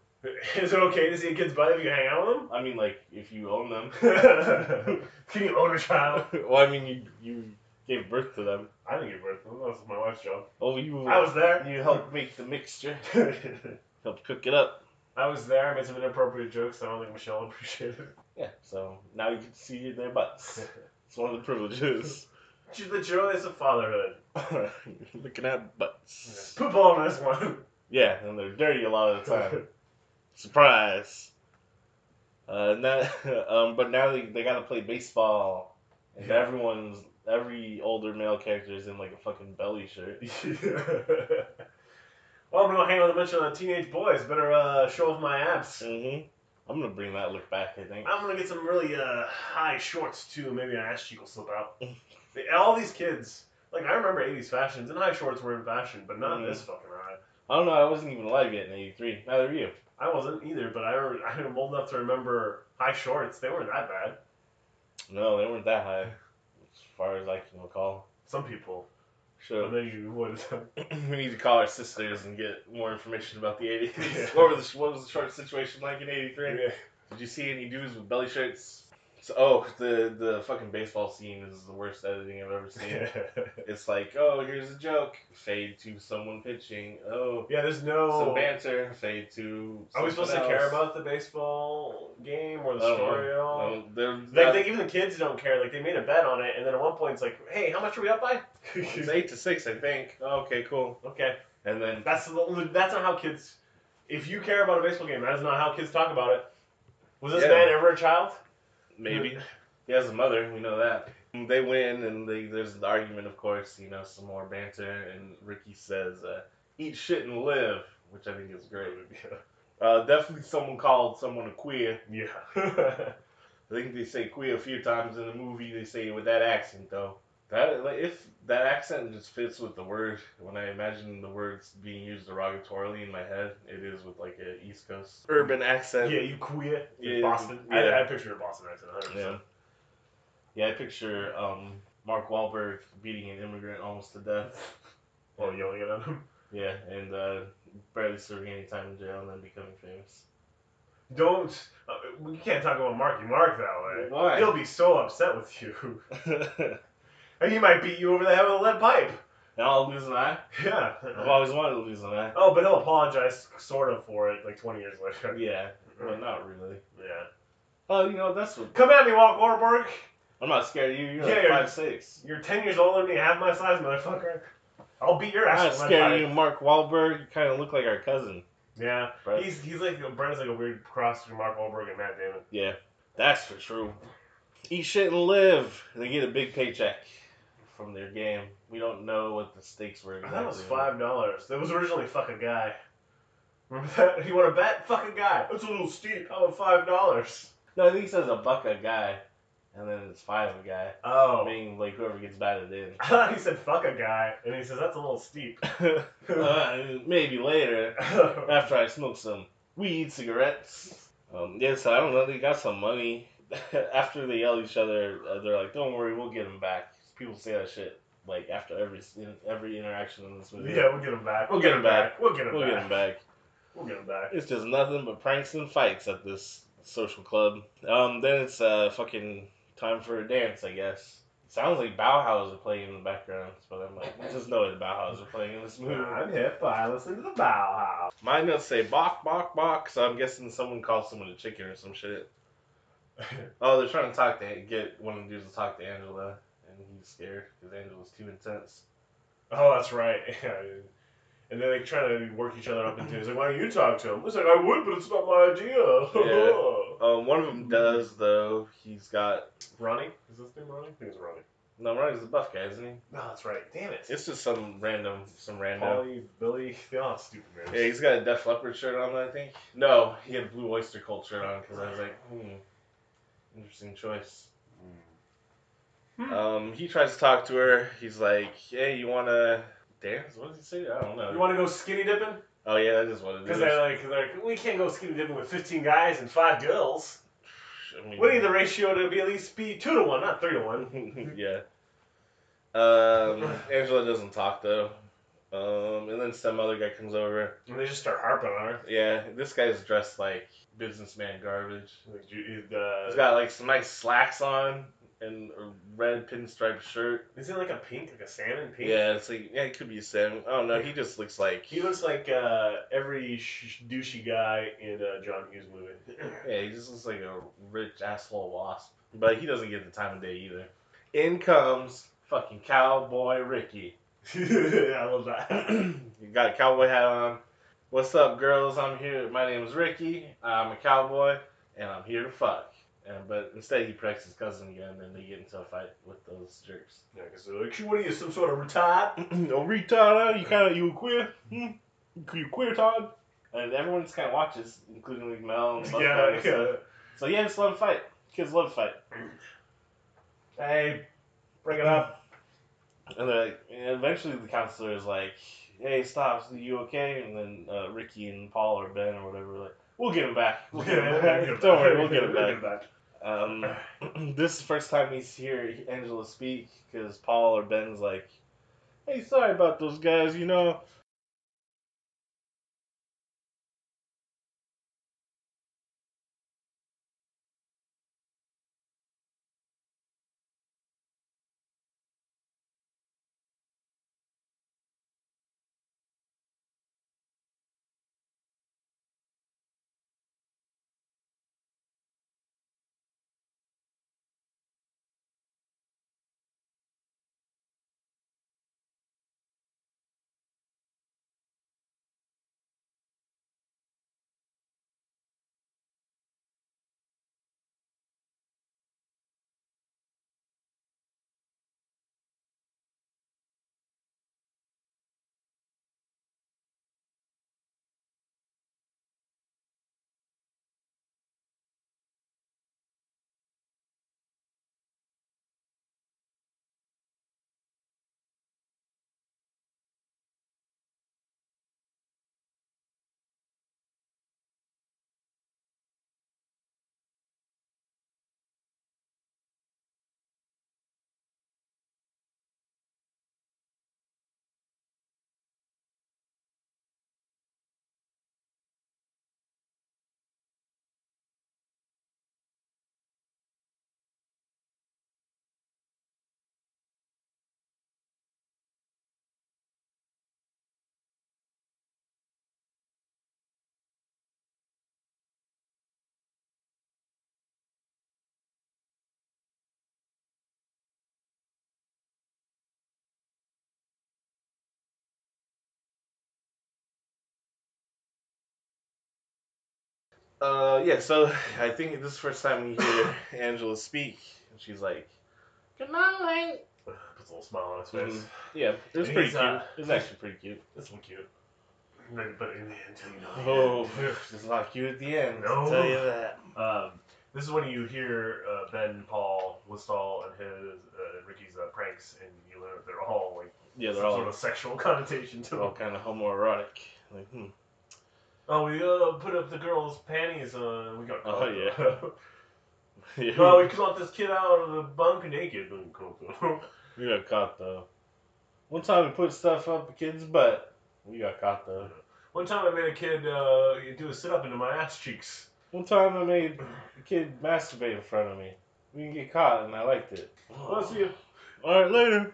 S2: Is it okay to see a kid's butt if you hang out with them?
S3: I mean, like, if you own them.
S2: Can you own a child?
S3: well, I mean, you you gave birth to them.
S2: I didn't give birth to them. That was my wife's job.
S3: Oh, you
S2: I was there.
S3: you helped make the mixture, helped cook it up.
S2: I was there. I made some inappropriate jokes. I don't think Michelle appreciated it.
S3: Yeah, so now you can see their butts. It's one of the privileges.
S2: Ju- The joys of fatherhood.
S3: Looking at butts.
S2: Poop all on this one.
S3: Yeah, and they're dirty a lot of the time. Surprise. Uh, not, um, but now they, they gotta play baseball, and
S2: Yeah.
S3: everyone's every older male character is in like a fucking belly shirt.
S2: well, I'm gonna go hang out with a bunch of uh, teenage boys. Better uh, show off my abs.
S3: hmm I'm gonna bring that look back. I think.
S2: I'm gonna get some really uh, high shorts too. Maybe an ass cheek will slip out. They- All these kids, like I remember '80s fashions, and high shorts were in fashion, but not
S3: Mhm.
S2: this fucking high.
S3: I don't know. I wasn't even alive yet in '83. Neither were you.
S2: I wasn't either, but I re- I'm old enough to remember high shorts. They weren't that bad.
S3: No, they weren't that high, as far as I can recall.
S2: Some people, but
S3: So
S2: then you would.
S3: we need to call our sisters and get more information about the '80s.
S2: Yeah.
S3: What, were the, what was the short situation like in '83?
S2: yeah.
S3: Did you see any dudes with belly shirts? So, oh, the the fucking baseball scene is the worst editing I've ever seen. It's like, oh, here's a joke. Fade to someone pitching. Oh,
S2: yeah, there's no.
S3: some banter. Fade to.
S2: Are we supposed
S3: something
S2: to care
S3: else. Oh,
S2: about the baseball game or the
S3: I don't know.
S2: story at all?
S3: No, they're
S2: Like,
S3: not-
S2: they, even the kids don't care. Like they made a bet on it, and then at one point it's like, "Hey, how much are we up by?"
S3: it's eight to six, I think. Oh, okay, cool.
S2: okay,
S3: And then
S2: that's the- that's not how kids. If you care about a baseball game, that is not how kids talk about it. Was this
S3: Yeah.
S2: man ever a child?
S3: maybe he has a mother. We know that. They win, and they, there's an argument, of course. You know, some more banter, and Ricky says, uh, "Eat shit and live," which I think is great. Uh, definitely, someone called someone a queer.
S2: Yeah.
S3: I think they say queer a few times in the movie. They say it with that accent though. That like if that accent just fits with the word. When I imagine the words being used derogatorily in my head, it is with like a East Coast urban
S2: yeah,
S3: accent.
S2: you queer.
S3: Yeah,
S2: Boston.
S3: yeah.
S2: I, I picture a Boston accent. 100%.
S3: Yeah. Yeah, I picture um, Mark Wahlberg beating an immigrant almost to death.
S2: Well, yelling at him.
S3: Yeah, and uh, barely serving any time in jail and then becoming famous.
S2: Don't. Uh, we can't talk about Marky Mark that way.
S3: Why?
S2: He'll be so upset with you. And he might beat you over the head with a lead pipe.
S3: now I'll lose an eye.
S2: Yeah.
S3: I've always wanted to lose an eye.
S2: Oh, but he'll apologize sort of for it like 20 years later.
S3: Yeah, but not really.
S2: Yeah.
S3: Oh, you know that's what
S2: Come at me, Walt Warburg.
S3: I'm not scared of you. You're
S2: Yeah,
S3: like
S2: you're-
S3: five six.
S2: You're 10 years older than me, half my size, motherfucker. I'll beat your
S3: I'm not
S2: ass with a
S3: scared of you,
S2: lead pipe.
S3: Mark Wahlberg. You kind of look like our cousin.
S2: Yeah.
S3: Brett.
S2: He's he's like Brent's like a weird cross between Mark Wahlberg and Matt Damon.
S3: Yeah, that's for true. Eat shit and live. They get a big paycheck from their game. We don't know what the stakes were
S2: I
S3: exactly.
S2: thought it was five dollars. That was originally fuck a guy. Remember that? You want to bet? Fuck a guy. It's a little steep. How about five dollars?
S3: No, I think it says a buck a guy, and then it's five a guy.
S2: Oh.
S3: Meaning like whoever gets batted in.
S2: I thought he said fuck a guy, and he says that's a little steep.
S3: Uh, maybe later after I smoke some weed cigarettes. Um, yeah, so I don't know. They got some money. after they yell at each other, uh, they're like, "Don't worry, we'll get them back." People say that shit like after every in, every interaction in this movie.
S2: Yeah, we'll get him back.
S3: We'll get him back.
S2: We'll get him
S3: we'll
S2: back.
S3: get them back.
S2: We'll get him back.
S3: It's just nothing but pranks and fights at this social club. Um, then it's uh, fucking time for a dance, I guess. Sounds like Bauhaus are playing in the background, but I'm like, I just know it's Bauhaus are playing in this movie.
S2: I'm hip. I listen to the Bauhaus.
S3: My notes say bok bok bok, so I'm guessing someone called someone a chicken or some shit. oh, they're trying to talk to get one of the dudes to talk to Angela, and he's scared because Angela's too intense.
S2: Oh, that's right. Yeah, dude. and then they try to work each other up into. He's like, "Why don't you talk to him?" It's like, "I would, but it's not my idea."
S3: Yeah. Um, one of them does though. He's got
S2: Ronnie, is this name Ronnie? I think it's Ronnie.
S3: no, Ronnie's a buff guy, isn't he?
S2: No, that's right. Damn it.
S3: It's just some random, some random.
S2: Polly, Billy. They all have stupid names.
S3: Yeah, he's got a Def Leppard shirt on, I think. No, he had a Blue Oyster Cult shirt on because I was like, hmm, interesting choice. Um, he tries to talk to her. He's like, "Hey, you wanna dance? What does he say? I don't know."
S2: You want to go skinny dipping?
S3: Oh yeah, that is what it
S2: Because
S3: is.
S2: they're like, they're like, we can't go skinny dipping with 15 guys and five girls.
S3: I mean,
S2: We need the ratio to be at least be two to one, not three to one.
S3: yeah. Um, Angela doesn't talk though. Um, and then some other guy comes over.
S2: And they just start harping on her.
S3: Yeah, this guy's dressed like businessman garbage.
S2: Like, you- you- uh,
S3: He's got like some nice slacks on and a red pinstripe shirt.
S2: Is it like a pink, like a salmon pink?
S3: Yeah, it's like yeah, it could be Sam. I don't know. He just looks like
S2: He looks like uh, every sh- douchey guy in a John Hughes movie.
S3: Yeah, he just looks like a rich asshole wasp. But he doesn't get the time of day either. In comes fucking cowboy Ricky.
S2: I love that.
S3: you got a cowboy hat on. What's up, girls? I'm here. My name is Ricky. I'm a cowboy, and I'm here to fuck. And, but instead, he protects his cousin again, and they get into a fight with those jerks.
S2: Yeah, because they're like, what are you, some sort of retard?
S3: no retard, you kind of you queer? Hmm? You queer, Todd? And everyone just kind of watches, including like
S2: Oh,
S3: Mel and Buckeye
S2: yeah,
S3: and stuff.
S2: yeah.
S3: So yeah, just let them fight. Kids love to fight.
S2: Hey, bring it up.
S3: And they're like, and eventually the counselor is like, "Hey, stop! You okay?" And then uh, Ricky and Paul or Ben or whatever, were like, "We'll get him back. We'll get him back. Don't worry, we'll get him back." Um, this is the first time he's here, Angela speak, because Paul or Ben's like, "Hey, sorry about those guys. You know, Uh, yeah, so I think this is the first time we hear Angela speak. And she's like, Good night.
S2: Puts a little smile on his face.
S3: Mhm. Yeah, it was
S2: And
S3: pretty
S2: he's,
S3: cute.
S2: uh,
S3: It was actually pretty cute.
S2: This one cute. Maybe, but in the end, till you know. the
S3: Oh,
S2: end.
S3: it's not cute at the end.
S2: No.
S3: I'll tell you that.
S2: Um, this is when you hear uh, Ben, Paul, Listall, and his uh, Ricky's uh, pranks, and you learn that they're all like
S3: Yeah, they're
S2: some sort
S3: all, Oh.
S2: of sexual connotation to
S3: they're all
S2: them.
S3: kind of homoerotic. Like, hmm.
S2: Oh, we uh, put up the girl's panties. Uh, we got.
S3: Oh, yeah. you
S2: no, we caught this kid out of the bunk naked.
S3: we got caught though. One time we put stuff up a kid's butt. We got caught though.
S2: One time I made a kid uh, do a sit up into my ass cheeks.
S3: One time I made a kid masturbate in front of me. We didn't get caught, and I liked it.
S2: Well, see you.
S3: All right, later.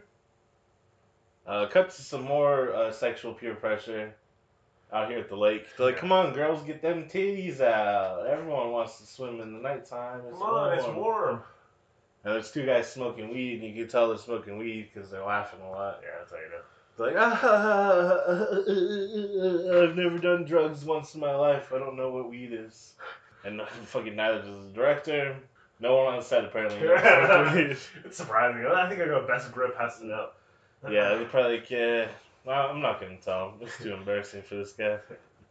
S3: Uh, cut to some more uh, sexual peer pressure out here at the lake. They're like,
S2: Yeah.
S3: come on, girls, get them titties out. Everyone wants to swim in the nighttime. It's
S2: Come on, it's warm.
S3: And there's two guys smoking weed, and you can tell they're smoking weed because they're laughing a lot.
S2: Yeah, that's how you know.
S3: It's like, ah, I've never done drugs once in my life. I don't know what weed is. And fucking neither does the director. No one on the set apparently. knows what weed is.
S2: It's surprising. I think I got best grip has to know.
S3: Yeah, they're probably like, yeah. Well, I'm not gonna tell him. It's too embarrassing for this guy.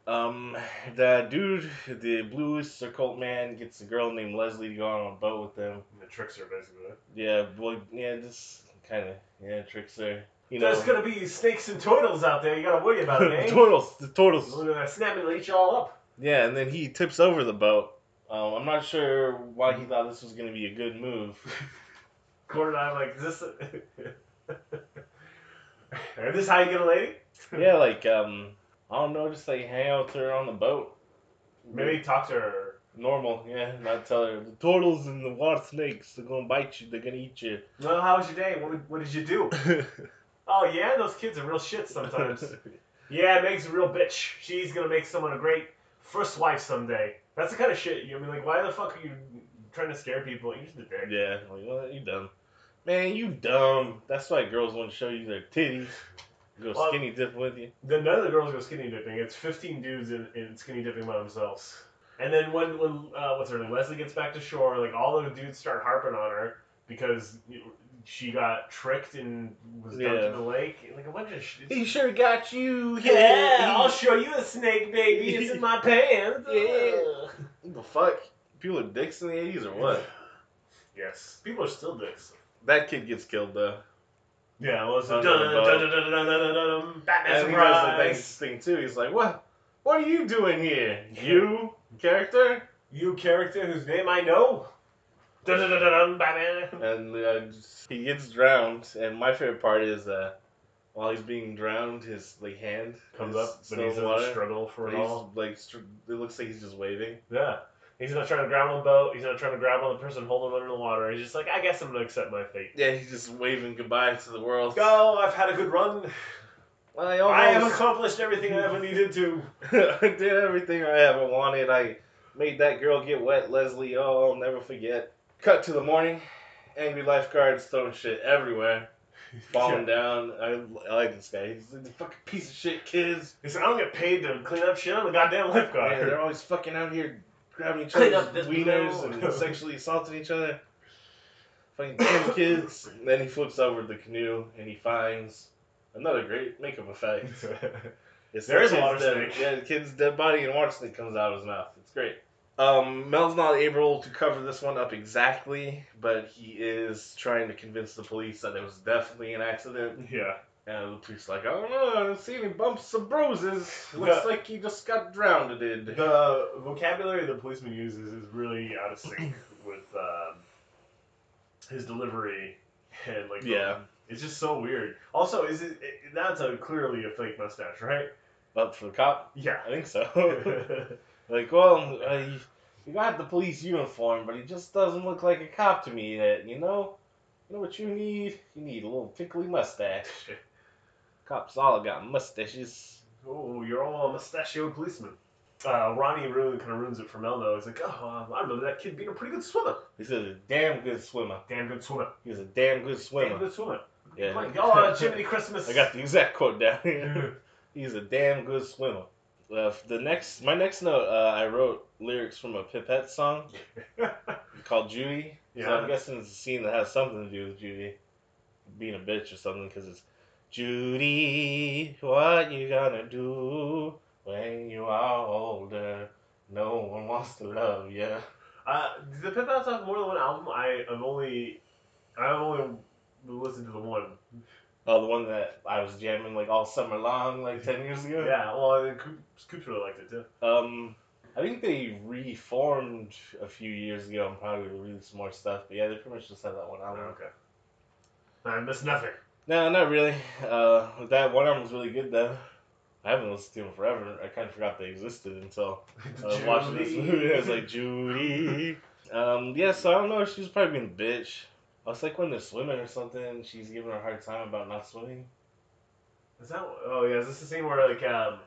S3: Um, the dude, the bluish occult man, gets a girl named Leslie to go on a boat with them.
S2: The tricks are basically.
S3: Yeah, boy, yeah, just kind of, yeah, tricks her. You know,
S2: There's gonna be snakes and turtles out there. You gotta worry about
S3: the
S2: it, eh?
S3: turtles, the turtles.
S2: We're gonna snap and eat you all up.
S3: Yeah, and then he tips over the boat. Um, I'm not sure why he thought this was gonna be a good move.
S2: Gordon and I'm like, is this? Is this how you get a lady?
S3: yeah, like, um, I don't know, just like hang out with her on the boat.
S2: Maybe talk to her.
S3: Normal, yeah. Not tell her the turtles and the water snakes. They're gonna bite you. They're gonna eat you.
S2: Well, how was your day? What, what did you do? Oh yeah, those kids are real shit sometimes. yeah, Meg's a real bitch. She's gonna make someone a great first wife someday. That's the kind of shit. You I mean, like, why the fuck are you trying to scare people? You're just a dick.
S3: yeah, like well, you dumb. Man, you dumb. That's why girls want to show you their titties. Go
S2: Well-
S3: skinny dip with you.
S2: Then none of the girls go skinny dipping. It's 15 dudes in, in skinny dipping by themselves. And then when, when uh, what's her name? Leslie gets back to shore, like all of the dudes start harping on her because you know, she got tricked and was dumped
S3: Yeah.
S2: in the lake. Like a bunch of shit.
S3: He sure got you.
S2: yeah, I'll show you a snake, baby. It's in my pants.
S3: Yeah. What the fuck? People are dicks in the eighties or what?
S2: Yes. People are still dicks.
S3: That kid gets killed though.
S2: Yeah, well, it's a
S3: Under
S2: dun
S3: the
S2: dun
S3: boat.
S2: dun dun dun dun dun dun dun Batman
S3: And he does the
S2: surprise.
S3: thanks thing too. He's like, "What? What are you doing here? You character?"
S2: You character whose name I know. Dun dun dun dun dun Batman.
S3: And uh, he gets drowned. And my favorite part is uh, while he's being drowned, his like hand
S2: Comes
S3: is
S2: up, but
S3: still
S2: he's
S3: in
S2: in
S3: water.
S2: a struggle for
S3: But
S2: it all.
S3: he's like, str- it looks like he's just waving.
S2: Yeah. He's not trying to grab on the boat. He's not trying to grab on the person holding him under the water. He's just like, I guess I'm gonna accept my fate.
S3: Yeah, he's just waving goodbye to the world.
S2: Go! I've had a good run.
S3: I
S2: I have
S3: almost
S2: accomplished everything I ever needed to.
S3: I did everything I ever wanted. I made that girl get wet, Leslie. Oh, I'll never forget. Cut to the morning. Angry lifeguards throwing shit everywhere, falling down. I, I like this guy. He's a fucking piece of shit kids.
S2: He said, I don't get paid to clean up shit. I'm the goddamn
S3: Man,
S2: lifeguard.
S3: they're always fucking out here grabbing each
S2: Clean
S3: other's
S2: up this
S3: wieners
S2: pool.
S3: and sexually assaulting each other. Fucking damn kids. And then he flips over the canoe and he finds another great makeup effect. It's
S2: There
S3: the
S2: is a
S3: kid's
S2: water
S3: dead-
S2: snake.
S3: Yeah, the kid's dead body and water snake comes out of his mouth. It's great. Um, Mel's not able to cover this one up exactly, but he is trying to convince the police that it was definitely an accident.
S2: yeah.
S3: And the police are like, I don't know, I don't see any bumps or bruises. Looks
S2: Yeah.
S3: like he just got drowned.
S2: The vocabulary the policeman uses is really out of sync with um, his delivery and like the-
S3: Yeah.
S2: it's just so weird. Also, is it, it that's a clearly a fake mustache, right? Oh,
S3: Up for the cop?
S2: Yeah.
S3: I think so. like, well, uh, he, he got the police uniform, but he just doesn't look like a cop to me yet, you know? You know what you need? You need a little pickly mustache. Cops all got mustaches.
S2: oh, you're all a mustachio policeman. Uh, Ronnie really kind of ruins it for Mel though. He's like, oh, um, I remember that kid being a pretty good swimmer.
S3: He's a damn good swimmer.
S2: Damn good swimmer.
S3: He's a damn good
S2: Damn
S3: swimmer.
S2: good swimmer.
S3: Yeah.
S2: Like, oh, Jiminy Christmas.
S3: I got the exact quote down here. He's a damn good swimmer. Uh, the next, my next note, uh, I wrote lyrics from a Pipette song called Judy. So I'm
S2: yeah.
S3: guessing it's a scene that has something to do with Judy being a bitch or something because it's Judy, what you gonna do when you are older? No one wants to love you.
S2: Uh, did the Pip Outs have more than one album? I have only, I've only listened to the one.
S3: Oh, the one that I was jamming like all summer long, like ten years ago.
S2: Yeah. Well, and Coop, Coops really liked it too.
S3: Um, I think they reformed a few years ago and probably released more stuff. But yeah, they pretty much just had that one
S2: Oh,
S3: album.
S2: okay. I missed nothing.
S3: No, not really. Uh, that one album was really good though. I haven't listened to them forever. I kind of forgot they existed until I
S2: Uh,
S3: was watching this
S2: Julie.
S3: movie. I was like, Judy. um, yeah, so I don't know. She was probably being a bitch. I was like when they're swimming or something, she's giving her a hard time about not swimming.
S2: Is that? Oh yeah, is this the scene where like um,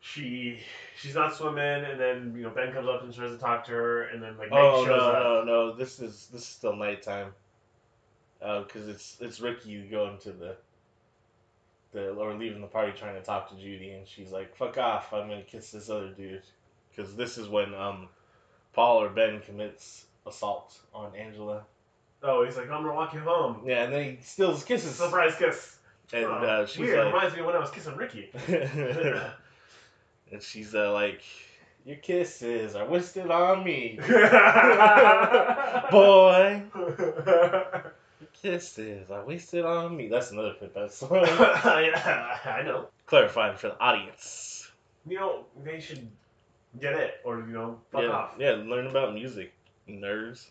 S2: she she's not swimming, and then you know Ben comes up and tries to talk to her, and then like Meg
S3: Oh
S2: shows up.
S3: no, no, no! This is this is still nighttime. Because it's it's Ricky going to the, the or leaving the party trying to talk to Judy, and she's like, "Fuck off! I'm gonna kiss this other dude." Because this is when um, Paul or Ben commits assault on Angela.
S2: Oh, he's like, I'm gonna walk you home.
S3: Yeah, and then he steals kisses,
S2: Surprise kiss.
S3: and
S2: Oh,
S3: uh, she's
S2: weird.
S3: like,
S2: Reminds me of when I was kissing Ricky.
S3: and she's uh, like, "Your kisses are wasted on me, boy." Kisses I wasted on me. That's another Pip Pet song.
S2: yeah, I know.
S3: Clarifying for the audience.
S2: You know, they should get it, or you know, fuck
S3: yeah,
S2: off.
S3: yeah, learn about music, nerds.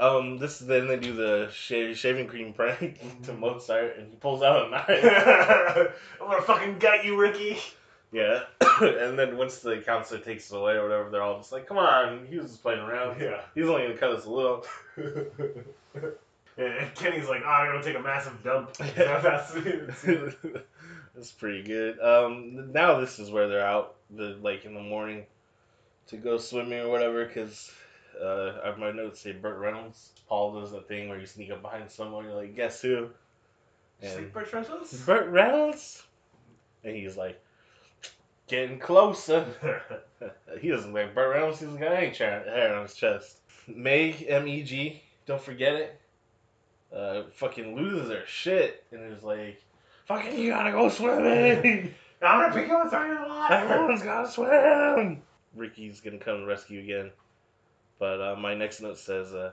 S3: Um, this then they do the sha- shaving cream prank to
S2: Mm-hmm.
S3: Mozart, and he pulls out a knife.
S2: I'm gonna fucking gut you, Ricky.
S3: yeah, and then once the counselor takes it away or whatever, they're all just like, "Come on, he was just playing around.
S2: Yeah.
S3: He's only gonna cut us a little."
S2: and Kenny's like, oh, I'm gonna take a massive dump. That's-
S3: That's pretty good. Um, now this is where they're out, the like in the morning, to go swimming or whatever. Because uh, I- my notes say Burt Reynolds. Paul does that thing where you sneak up behind someone, you're like, guess who?
S2: She's
S3: And
S2: like, Bertrand Russell's?"
S3: Burt Reynolds, and he's like, getting closer. He doesn't like Burt Reynolds. He's got any chair, hair on his chest. Meg M E G. Don't forget it. Uh, fucking loses her shit and is like, fucking you gotta go swimming.
S2: I'm gonna pick you up throwing the water.
S3: Everyone's gotta swim. Ricky's gonna come and rescue again. But uh, my next note says, uh,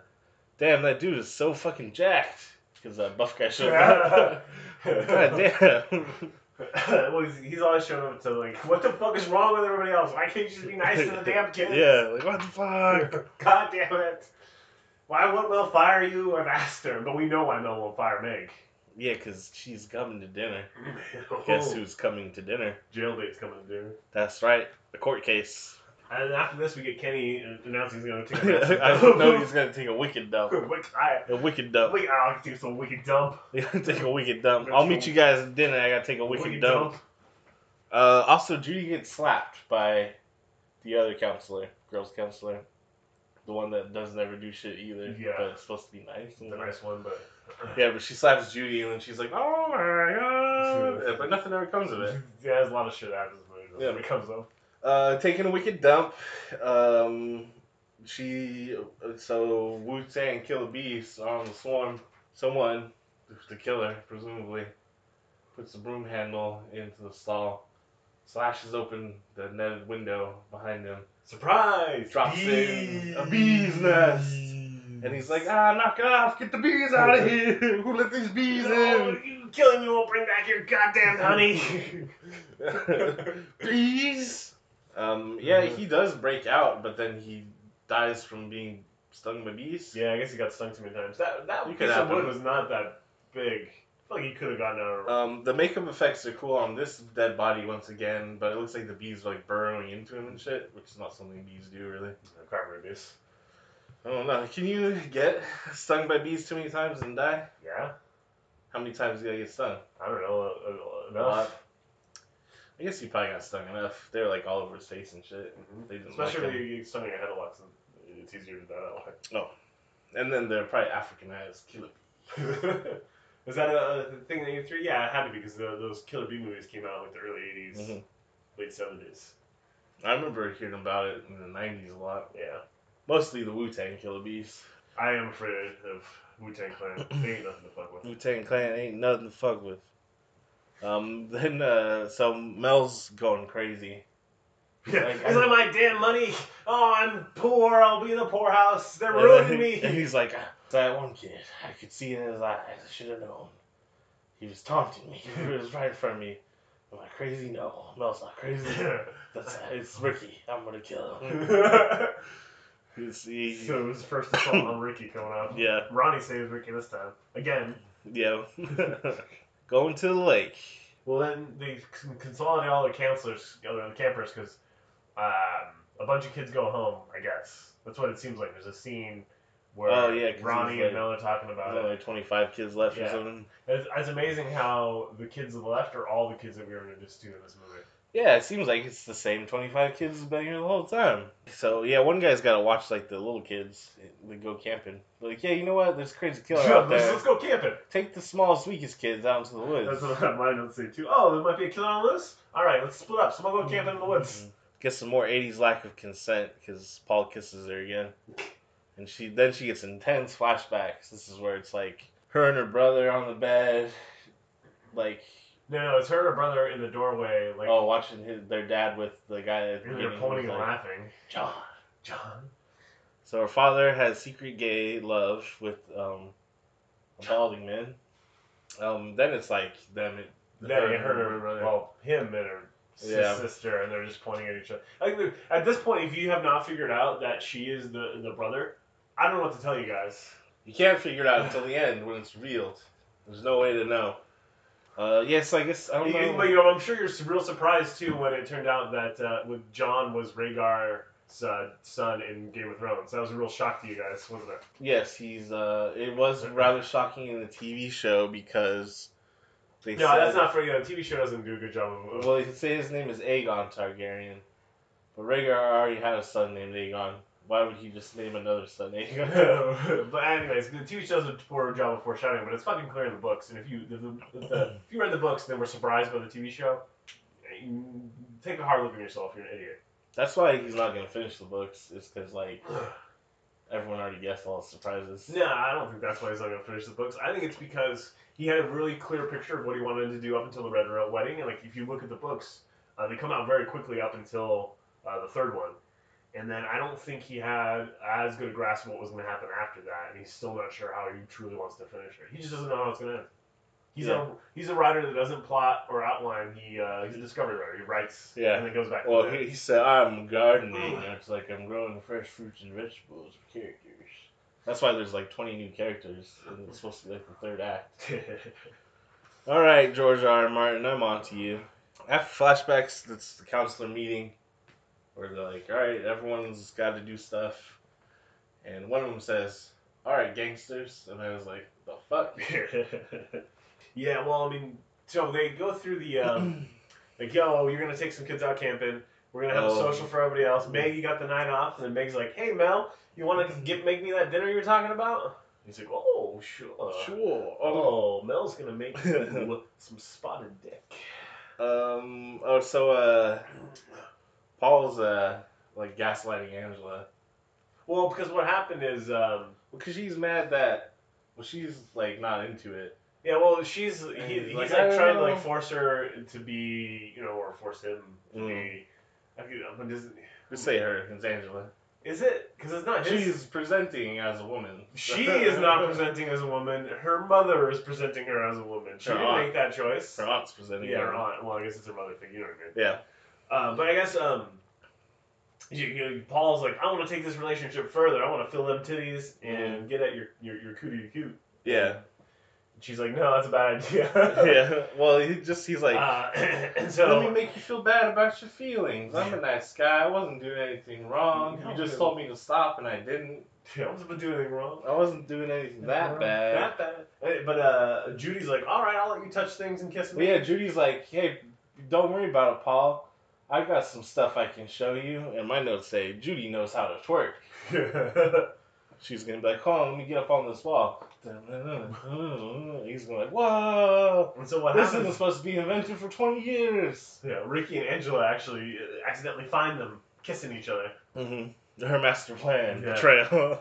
S3: damn that dude is so fucking jacked. because that buff guy showed up. God damn.
S2: well, he's, he's always showing up to like, what the fuck is wrong with everybody else? Why can't you just be nice to the damn kids?
S3: Yeah, like what the fuck?
S2: God damn it. Why won't Will fire you? I've asked her, but we know why Mel won't fire Meg.
S3: Yeah, because she's coming to dinner. Guess who's coming to dinner?
S2: Jail date's coming to dinner.
S3: That's right, the court case.
S2: And after this, we get Kenny uh, announcing he's going to take a massive
S3: I
S2: dump.
S3: know he's gonna take a wicked dump.
S2: Wicked- I,
S3: A wicked dump.
S2: wait, I'll do some wicked dump.
S3: He's gonna take a wicked dump. I'll meet you guys at dinner. I gotta take a wicked, dump.
S2: dump.
S3: Uh, also, Judy gets slapped by the other counselor, girls counselor, the one that doesn't ever do shit either.
S2: Yeah.
S3: but it's supposed to be nice. and-
S2: The nice one, but
S3: Yeah, but she slaps Judy and then she's like, "Oh my god!" Yeah, but nothing ever comes of it.
S2: yeah, there's a lot of shit happens when
S3: Yeah.
S2: it comes up.
S3: Uh, taking a wicked dump. Um, she so Wu Tang kill the beast on the swarm. Someone, the killer presumably, puts the broom handle into the stall, slashes open the netted window behind him,
S2: Surprise!
S3: Drops in a bee's nest. and he's like, "Ah, knock it off! Get the bees out of here! Who let these bees
S2: No,
S3: in?"
S2: you killing me won't bring back your goddamn honey.
S3: Please. Um, yeah, he does break out, but then he dies from being stung by bees.
S2: yeah, I guess he got stung too many times. That that
S3: It could
S2: piece of
S3: happen.
S2: wood was not that big. I feel like he could have gotten out. Of,
S3: Um, the makeup effects are cool on this dead body once again, but it looks like the bees are like burrowing into him and shit, which is not something bees do really.
S2: crap rabies.
S3: I don't know. Can you get stung by bees too many times and die?
S2: Yeah,
S3: How many times do I get stung?
S2: I don't know uh, uh, enough.
S3: lot. I guess he probably got stung enough. They're like all over his face and shit. They didn't like
S2: Mm-hmm. Especially
S3: him.
S2: if you get stung in your head a lot, so it's easier to die that way.
S3: And then they're probably Africanized killer
S2: Was that a, a thing in '83? Yeah, it had to be because the, those Killer Bee movies came out in like the early '80s,
S3: Mhm.
S2: late '70s.
S3: I remember hearing about it in the '90s a lot.
S2: Yeah,
S3: Mostly the Wu Tang Killer Bees.
S2: I am afraid of Wu Tang Clan. they ain't nothing to fuck with.
S3: Wu Tang Clan ain't nothing to fuck with. Um, then uh, so Mel's going crazy.
S2: Yeah,
S3: Like,
S2: it's
S3: I-
S2: like my damn money. Oh, I'm poor. I'll be in the poorhouse. They're
S3: And
S2: ruining
S3: then- And
S2: me.
S3: he's like, "Ah, that one kid. I could see it in his eyes. I should have known. He was taunting me. He was right in front of me. Am I crazy? No, Mel's not crazy. That's it's Ricky. I'm gonna kill him. He's- he-
S2: so it was first assault on Ricky coming up.
S3: yeah,
S2: Ronnie saves Ricky this time again.
S3: yeah. going to the lake.
S2: Well, then they con- consolidate all the counselors, the other campers, because um, a bunch of kids go home. I guess that's what it seems like. There's a scene where
S3: Oh, yeah, 'cause
S2: Ronnie
S3: it's
S2: and Mel are talking
S3: There's
S2: about
S3: only
S2: it.
S3: like 25 kids left or
S2: Yeah.
S3: something.
S2: It's, it's amazing how the kids that left are all the kids that we were introduced to in this movie.
S3: Yeah, it seems like it's the same 25 kids has been here the whole time. So, yeah, one guy's got to watch, like, the little kids that go camping. Like, yeah, you know what? There's a crazy killer out
S2: let's,
S3: there.
S2: let's go camping.
S3: Take the smallest, weakest kids out into the
S2: That's
S3: woods.
S2: what my notes say too. Oh, there might be a killer on loose. All right, let's split up. Someone go camping in the woods.
S3: Mm-hmm. Get some more 80s lack of consent because Paul kisses her again. And she then she gets intense flashbacks. This is where it's like her and her brother on the bed, like,
S2: No, no, it's her and her brother in the doorway, like
S3: oh, watching his, their dad with the guy at the
S2: and they're
S3: beginning,
S2: pointing
S3: like,
S2: and laughing.
S3: John.
S2: John.
S3: So her father has secret gay love with um, a balding man. Um, then it's like them. It,
S2: Yeah, her, her,
S3: her brother.
S2: well, him and her sis-
S3: Yeah.
S2: sister, and they're just pointing at each other. Like the- at this point, if you have not figured out that she is the the brother, I don't know what to tell you guys.
S3: you can't figure it out until the end when it's revealed. There's no way to know. Uh, yes, I guess I don't
S2: You-
S3: know.
S2: But you know, I'm sure you're s- real surprised too when it turned out that uh, with John was Rhaegar's uh, son in Game of Thrones. That was a real shock to you guys, wasn't it?
S3: yes, he's. Uh, it was rather shocking in the TV show because they
S2: No,
S3: said,
S2: that's not for you. The TV show doesn't do a good job of.
S3: Well, you could say his name is Aegon Targaryen, but Rhaegar already had a son named Aegon. Why would he just name another son Aegon?
S2: but anyways, the TV show does a poor job of foreshadowing, but it's fucking clear in the books. And if you if, the, if, the, if you read the books and then were surprised by the TV show, you- take a hard look at yourself. You're an idiot.
S3: That's why he's not gonna finish the books. Is because like everyone already guessed all the surprises.
S2: no, I don't think that's why he's not gonna finish the books. I think it's because he had a really clear picture of what he wanted to do up until the Red Ro- Wedding. And like, if you look at the books, uh, they come out very quickly up until uh, the third one. And then I don't think he had as good a grasp of what was going to happen after that, and he's still not sure how he truly wants to finish it. He just doesn't know how it's going to end. He's a he's a writer that doesn't plot or outline. He uh, he's a discovery writer. He writes
S3: Yeah.
S2: and then goes back. to
S3: Well,
S2: that.
S3: he, he said, I'm gardening. and it's like, I'm growing fresh fruits and vegetables for characters. That's why there's like 20 new characters, and it's supposed to be like the third act. All right, George R. R. Martin, I'm on to you. After flashbacks, that's the counselor meeting where they're like, all right, everyone's got to do stuff. And one of them says, all right, gangsters. And I was like, the fuck?
S2: yeah, well, I mean, so they go through the um, like, yo, you're gonna take some kids out camping. We're gonna have a
S3: Oh.
S2: social for everybody else. Meg, you got the night off, and then Meg's like, hey, Mel, you want to get make me that dinner you were talking about? He's like, oh, sure.
S3: Sure. Oh.
S2: Oh, Mel's gonna make you some spotted dick.
S3: Um, oh, so uh, Paul's uh, like gaslighting Angela.
S2: Well, because what happened is, um,
S3: Because she's mad that, well, she's like not into it.
S2: yeah, well, she's he,
S3: And
S2: he's
S3: he's
S2: like,
S3: like, I don't
S2: trying to
S3: know.
S2: like force her to be, you know, or force him to
S3: Mm.
S2: be. I mean, I'm just,
S3: Just say her, it's Angela.
S2: is it? Because it's not his.
S3: She's presenting as a woman.
S2: She is not presenting as a woman. Her mother is presenting her as a woman. She
S3: Her
S2: didn't
S3: aunt.
S2: make that choice.
S3: Her aunt's presenting.
S2: Yeah,
S3: her.
S2: her aunt. Well, I guess it's her mother thing. You know what I mean?
S3: Yeah.
S2: Uh, but I guess um, you, you, Paul's like, I want to take this relationship further. I want to fill them titties
S3: Mm.
S2: and get at your your your cootie your cute.
S3: Yeah.
S2: And she's like, No, that's a bad idea.
S3: yeah. Well, he just he's like,
S2: Uh, and
S3: let me
S2: so
S3: make you feel bad about your feelings. I'm a nice guy. I wasn't doing anything wrong.
S2: No,
S3: You just
S2: no.
S3: told me to stop, and I didn't.
S2: I wasn't gonna do anything wrong.
S3: I wasn't doing anything that bad.
S2: That bad. Uh, But uh, Judy's like, All right, I'll let you touch things and kiss
S3: But
S2: me.
S3: yeah, Judy's like, hey, don't worry about it, Paul. I've got some stuff I can show you. And my notes say, Judy knows how to twerk. She's gonna be like, "Hold on, let me get up on this wall." He's gonna like, "Whoa,
S2: and so what
S3: this
S2: happens?
S3: isn't supposed to be invented for twenty years."
S2: Yeah, Ricky and Angela actually uh, accidentally find them kissing each other.
S3: Mm-hmm. Her master plan
S2: Yeah.
S3: betrayal.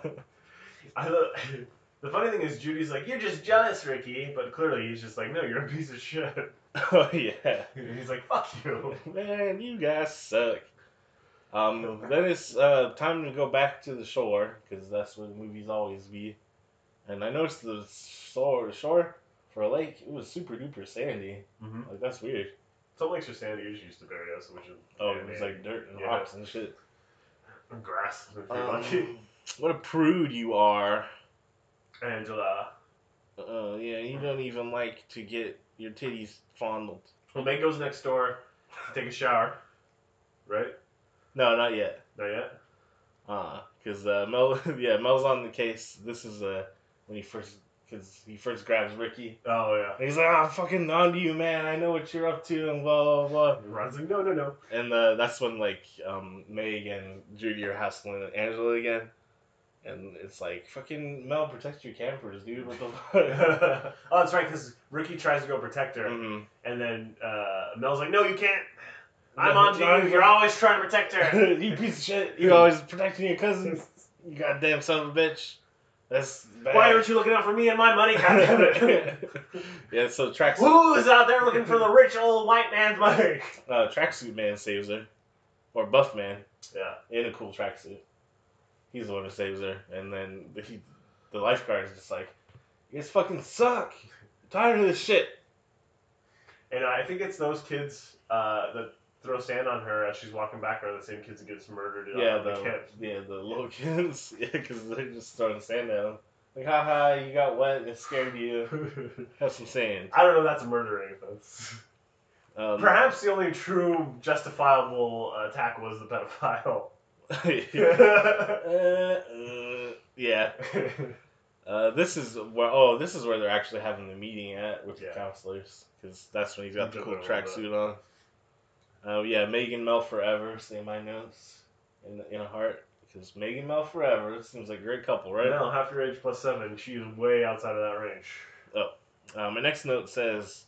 S2: I lo- the funny thing is Judy's like, "You're just jealous, Ricky," but clearly he's just like, "No, you're a piece of shit."
S3: oh yeah,
S2: he's like, "Fuck you."
S3: man, you guys suck. Um, then it's uh, time to go back to the shore because that's where the movies always be. And I noticed the shore, shore for a lake, it was super duper sandy.
S2: Mm-hmm.
S3: Like that's weird.
S2: Some lakes are sandy. Yours used to bury us, which is
S3: Oh, it was like dirt and
S2: Yeah.
S3: rocks and shit.
S2: and grass. If you're
S3: Um,
S2: lucky.
S3: what a prude you are.
S2: Angela.
S3: Uh, yeah, you don't even like to get your titties fondled.
S2: Well, Meg goes next door to take a shower. Right?
S3: No, not yet.
S2: Not yet.
S3: Uh, cause uh, Mel, yeah, Mel's on the case. This is uh when he first, cause he first grabs Ricky.
S2: Oh yeah.
S3: And he's like, "I'm fucking on to you, man. I know what you're up to," and blah blah blah.
S2: Ron's like, "No, no, no."
S3: And uh, that's when like um Meg and Judy are hassling Angela again. And it's like, fucking Mel, protect your campers, dude. What the fuck?
S2: oh, that's right, because Ricky tries to go protect her,
S3: Mhm.
S2: and then uh, Mel's like, "No, you can't. I'm
S3: No,
S2: on to you.
S3: no,
S2: You're
S3: no.
S2: always trying to protect her."
S3: you piece of shit. You always protecting your cousins. You goddamn son of a bitch. That's bad.
S2: Why aren't you looking out for me and my money? goddammit?
S3: yeah, so tracks.
S2: Who's out there looking for the rich old white man's money?
S3: Uh, tracksuit man saves her, or buff man
S2: Yeah.
S3: in a cool tracksuit. He's the one who saves her, and then the, he, the lifeguard is just like, "You guys fucking suck. I'm tired of this shit."
S2: And I think it's those kids uh, that throw sand on her as she's walking back are the same kids that gets murdered on
S3: yeah,
S2: the
S3: the
S2: camp.
S3: yeah the little kids, yeah, because they're just throwing sand at him. Like, haha, you got wet. It scared you. Have some sand.
S2: I don't know if that's a murdering offense.
S3: Um,
S2: Perhaps the only true justifiable attack was the pedophile.
S3: Uh, uh, yeah. Uh, this is where oh, this is where they're actually having the meeting at with
S2: Yeah.
S3: the counselors because that's when he's got the
S2: Took a
S3: cool
S2: little bit.
S3: tracksuit on. Oh yeah, Megan Mel forever. Say my notes in in a heart because Megan Mel forever seems like a great couple,
S2: right
S3: right?
S2: now, half your age plus seven, she is way outside of that range.
S3: Uh, my next note says,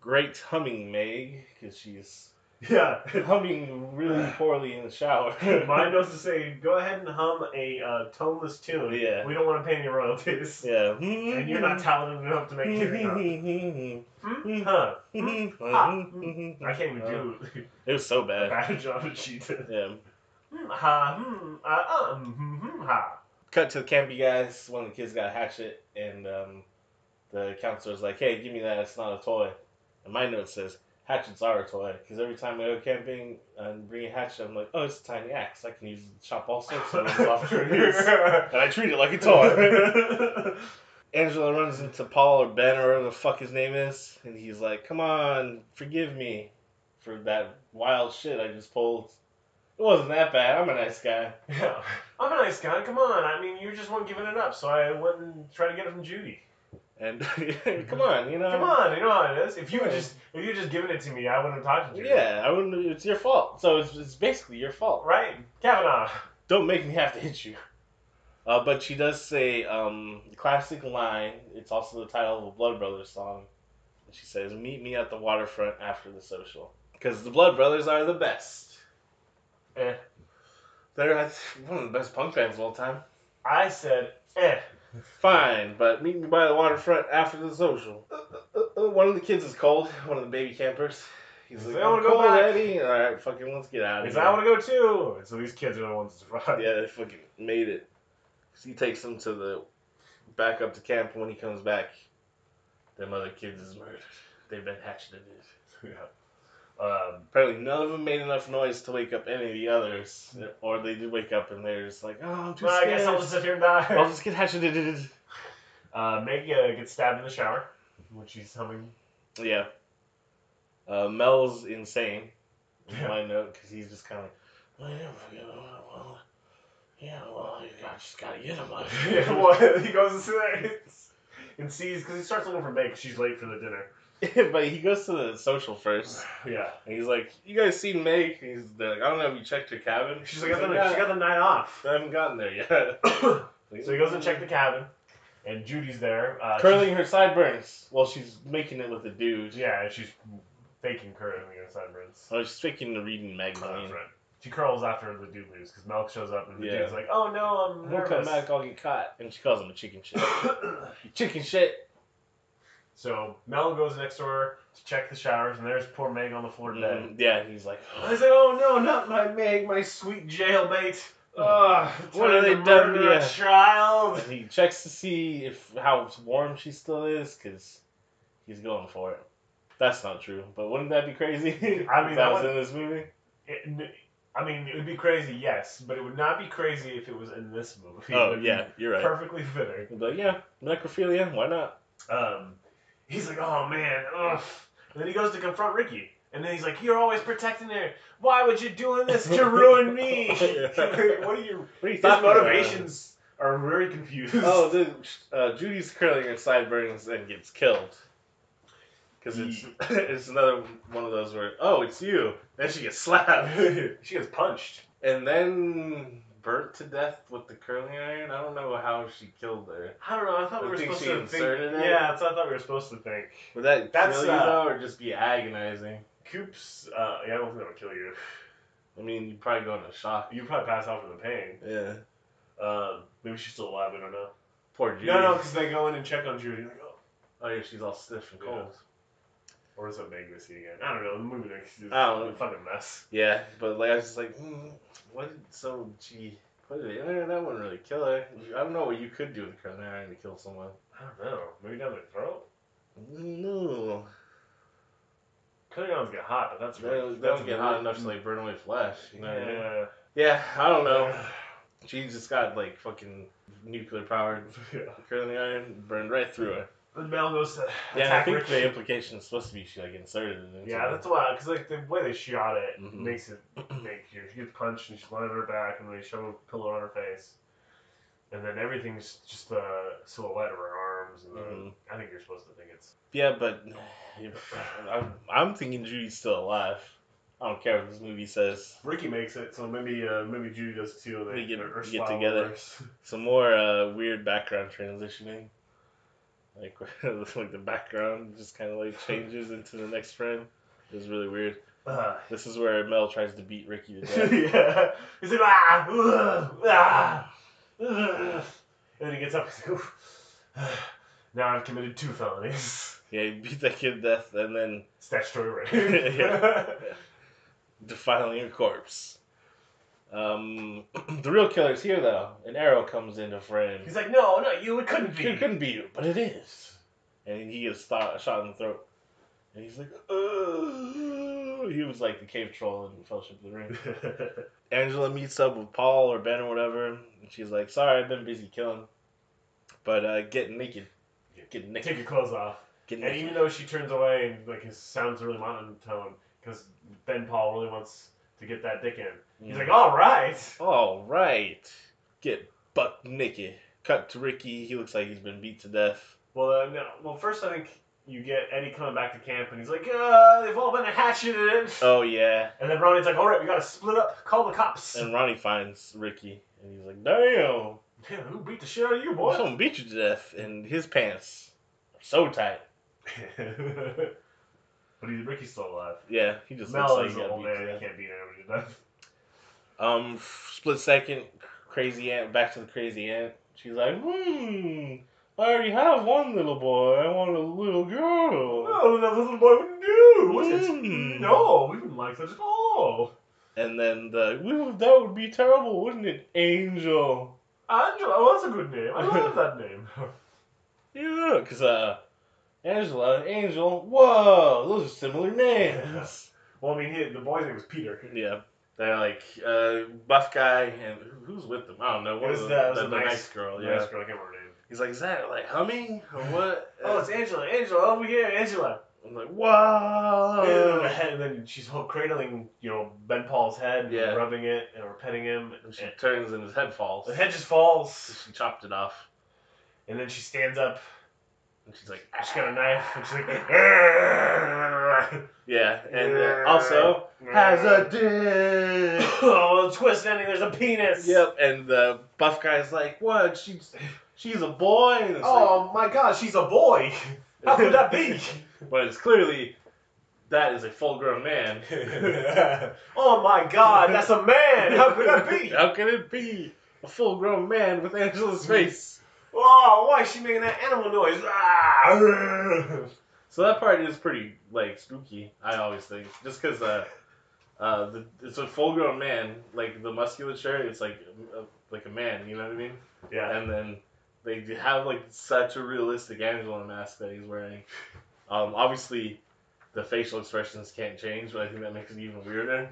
S3: "Great humming, Meg," because she's
S2: Yeah.
S3: humming really poorly in the shower.
S2: Mine knows to say, go ahead and hum a uh, toneless tune.
S3: Yeah.
S2: We don't want to pay any royalties.
S3: yeah,
S2: And you're not talented enough to make anything up. Hmm? Huh. Ah. Hmm? I
S3: I
S2: can't even do
S3: It was so
S2: a
S3: bad.
S2: bad job as she did.
S3: Yeah.
S2: Hmm, ha, hmm, uh, uh, hmm, hmm, hmm, ha.
S3: Cut to the campy guys. One of the kids got a hatchet, and um, the counselor's like, "Hey, give me that. It's not a toy." And my note says, "Hatchets are a toy," because every time I go camping and bring a hatchet, I'm like, "Oh, it's a tiny axe. I can use it to chop all sorts of things off trees." And I treat it like a toy. Angela runs into Paul or Ben or whatever the fuck his name is, and he's like, "Come on, forgive me for that wild shit I just pulled. It wasn't that bad. I'm a nice guy."
S2: Yeah. I'm a nice guy. Come on. I mean, you just weren't giving it up, so I went and tried to get it from Judy.
S3: And come on, you know.
S2: Come on, you know how it is. If you had just if you had just given it to me, I wouldn't have talked to Judy.
S3: Yeah, I wouldn't. It's your fault. So it's, it's basically your fault.
S2: Right, Kavanaugh.
S3: Don't make me have to hit you. Uh, but she does say um, classic line. It's also the title of a Blood Brothers song. She says, "Meet me at the waterfront after the social," because the Blood Brothers are the best.
S2: Eh.
S3: They're I think, one of the best punk bands of all time.
S2: I said, eh.
S3: Fine, but meet me by the waterfront after the social. Uh, uh, uh, one of the kids is cold. One of the baby campers. He's
S2: He's
S3: like,
S2: like, "I
S3: "I'm
S2: wanna go
S3: cold,
S2: back."
S3: Eddie." All right, fucking, let's get out of
S2: Because
S3: here.
S2: I want to go too. And so these kids are the ones that survived.
S3: Yeah, they fucking made it. 'Cause he takes them to the back up to camp. When he comes back, them other kids is murdered. They've been hatcheted.
S2: Yeah. Um,
S3: Apparently, none of them made enough noise to wake up any of the others, or they did wake up and they're just like, "Oh, I'm too
S2: well, I
S3: scared.
S2: guess I'll just sit here and
S3: I'll
S2: die.
S3: just get hatcheted."
S2: Uh, Maggie uh, gets stabbed in the shower when she's humming.
S3: Yeah. Uh, Mel's insane. is
S2: Yeah.
S3: My note because he's just kind of like, "Well, yeah, well, yeah, well, you got- just gotta get him." like."
S2: Well, he goes inside and sees because he starts looking for Meg. 'cause She's late for the dinner.
S3: but he goes to the social first.
S2: Yeah.
S3: And he's like, "You guys seen Meg?" He's they're like, "I don't know if you checked her cabin."
S2: She's like, I
S3: He's
S2: got the,
S3: "Yeah,
S2: she got the night off.
S3: I haven't gotten there yet."
S2: so he goes and checks the cabin, and Judy's there. Uh,
S3: curling her sideburns. Well, she's making it with a dude.
S2: she's- Yeah, and she's faking curling her sunburns.
S3: Oh, she's faking the reading
S2: Oh, that's
S3: magazine.
S2: right. She curls after the dude leaves because Melk shows up and the
S3: Yeah.
S2: dude's like, "Oh no, I'm
S3: I'm gonna come
S2: nervous."
S3: back, I'll get caught. And she calls him a chicken shit. chicken shit.
S2: so Mel goes next door to check the showers, and there's poor Meg on the floor dead.
S3: Mhm. Yeah, and he's like,
S2: I said, "Oh no, not my Meg, my sweet jailmate. Ugh,
S3: What
S2: trying
S3: have they
S2: to
S3: done
S2: murder
S3: to
S2: A
S3: ya?"
S2: child.
S3: and he checks to see if how warm she still is, because he's going for it. That's not true, but wouldn't that be crazy?
S2: I mean,
S3: if
S2: that
S3: that was
S2: would-
S3: in this movie.
S2: It- I mean, it would be crazy, yes, but it would not be crazy if it was in this movie. It
S3: Oh
S2: would be
S3: yeah, you're right.
S2: perfectly fitting.
S3: He'd be like, yeah, necrophilia. Why not?
S2: Um, he's like, "Oh man, ugh." And then he goes to confront Ricky, and then he's like, "You're always protecting her. Why would you doing this to ruin me?
S3: Yeah.
S2: what are you?
S3: What do you
S2: His
S3: talking about? uh,
S2: motivations are very confused."
S3: Oh, the, uh, Judy's curling her sideburns and gets killed. Because it's, it's another one of those where, oh, it's you. Then she gets slapped.
S2: she gets punched.
S3: and then burnt to death with the curling iron. I don't know how she killed her.
S2: I don't know. I thought we
S3: I
S2: were
S3: think
S2: supposed
S3: she
S2: to think.
S3: inserted it.
S2: Yeah, that's what I thought we were supposed to think.
S3: Would that
S2: That's,
S3: kill you,
S2: uh,
S3: though, or just be agonizing?
S2: Coops, uh, yeah, I don't think that would kill you.
S3: I mean, you'd probably go into shock.
S2: You'd probably pass out from the pain.
S3: Yeah.
S2: Um, maybe she's still alive. I don't know.
S3: Poor Judy.
S2: No, no, because they go in and check on Judy. Like, oh,
S3: Oh, yeah, she's all stiff and
S2: Yeah.
S3: cold.
S2: or is it Meg we see again? I don't know. The movie next is
S3: I don't know.
S2: a fucking mess.
S3: Yeah, but like I was just like, mm, what? Did, so she put it in there. That wouldn't really kill her. I don't know what you could do with curling iron to kill someone.
S2: I don't know. Maybe down their throat.
S3: No,
S2: Clearly, ones get hot, but that's
S3: they don't, they
S2: that's
S3: don't get hot enough to like burn away flesh. You know what I mean?
S2: Yeah.
S3: Yeah, I don't know. She just got like fucking nuclear powered
S2: yeah.
S3: curling iron burned right through her.
S2: And Mel goes to
S3: Yeah, and I
S2: attack
S3: think
S2: Ricky.
S3: the implication is supposed to be she like inserted it. Into
S2: Yeah,
S3: her.
S2: that's why, because like the way they shot it
S3: Mhm.
S2: makes it make you. She gets punched and she's lying on her back, and they shove a pillow on her face, and then everything's just the silhouette of her arms. And then
S3: Mhm.
S2: I think you're supposed to think it's
S3: yeah, but uh, I'm, I'm thinking Judy's still alive. I don't care what this movie says.
S2: Ricky makes it, so maybe uh, maybe Judy does too. And they
S3: We get-
S2: or- or
S3: we get
S2: Slalom
S3: together.
S2: works.
S3: Some more uh, weird background transitioning. Like, like the background just kind of like changes into the next frame. It was really weird.
S2: Uh,
S3: This is where Mel tries to beat Ricky to death.
S2: yeah, he's like ah, ugh, ah, ugh." and then he gets up. He's like, "Oof. now I've committed two felonies,
S3: yeah, he beat that kid to death and then
S2: statutory rape.
S3: Yeah. defiling your corpse. Um, the real killer's here though. An arrow comes into frame.
S2: He's like, no, not you. It couldn't
S3: It
S2: be.
S3: couldn't be you, but it is. And he gets sto- shot in the throat. And he's like, Ugh. he was like the cave troll in Fellowship of the Ring. Angela meets up with Paul or Ben or whatever. And she's like, sorry, I've been busy killing. But uh, get naked. Get
S2: Take
S3: naked.
S2: your clothes off.
S3: Get
S2: And
S3: naked.
S2: even though she turns away and like his sounds really monotone because Ben Paul really wants to get that dick in. He's like, all right.
S3: All right. Get buck naked. Cut to Ricky. He looks like he's been beat to death.
S2: Well, uh, no. Well, first I think you get Eddie coming back to camp and he's like, uh, they've all been hatcheted.
S3: Oh, yeah.
S2: And then Ronnie's like, all right, we gotta split up. Call the cops.
S3: And Ronnie finds Ricky. And he's like, damn.
S2: Yeah, who beat the shit out of you,
S3: Boy,
S2: boy?
S3: someone beat you to death, and his pants are so tight.
S2: but he's Ricky's still alive.
S3: Yeah, he just
S2: Mel
S3: looks
S2: is
S3: like he got
S2: an old
S3: beat to
S2: man. He
S3: death.
S2: can't beat anybody to death.
S3: Um, f- split second, crazy ant. Back to the crazy ant. She's like, hmm. I already have one little boy. I want a little girl.
S2: Oh, that little boy would do. What's it?
S3: Mm.
S2: No, we wouldn't like such at all.
S3: And then the well, that would be terrible, wouldn't it, Angel?
S2: Angela, oh, that's a good name. I love that name.
S3: Yeah, cause uh, Angela, Angel. Whoa, those are similar names.
S2: well, I mean, he, the boy's name was Peter.
S3: Yeah. They're like uh, buff guy and who's with them? I don't know. One
S2: It was
S3: of
S2: the- it
S3: the,
S2: was
S3: the,
S2: the
S3: the
S2: nice-
S3: nice, girl. Yeah.
S2: Yeah. Nice girl, I can't remember her name.
S3: He's like, is that like humming or what?
S2: Oh, it's Angela. Angela, over here, Angela.
S3: I'm like,
S2: and, the
S3: wow.
S2: head, and then she's whole cradling, you know, Ben Paul's head and
S3: Yeah.
S2: rubbing it and or petting him.
S3: And
S2: And
S3: she turns and his head falls.
S2: the head just falls.
S3: She chopped it off,
S2: And then she stands up.
S3: and she's like,
S2: She's got a knife. And she's like,
S3: yeah, and uh, also has a dick.
S2: oh, twist ending. There's a penis.
S3: yep. And the buff guy's like, what? She's she's a boy. And it's
S2: Oh my God, she's a boy.
S3: like,
S2: How could that be?
S3: but it's clearly that is a full-grown man.
S2: oh my God, that's a man. How could that be?
S3: How could it be a full grown man with Angela's face?
S2: Oh, why is she making that animal noise? Ah!
S3: So that part is pretty like spooky. I always think just because uh, uh, the, it's a full grown man, like the musculature, it's like a, like a man. You know what I mean?
S2: Yeah.
S3: And then they have like such a realistic Angela mask that he's wearing. Um, obviously, the facial expressions can't change, but I think that makes it even weirder.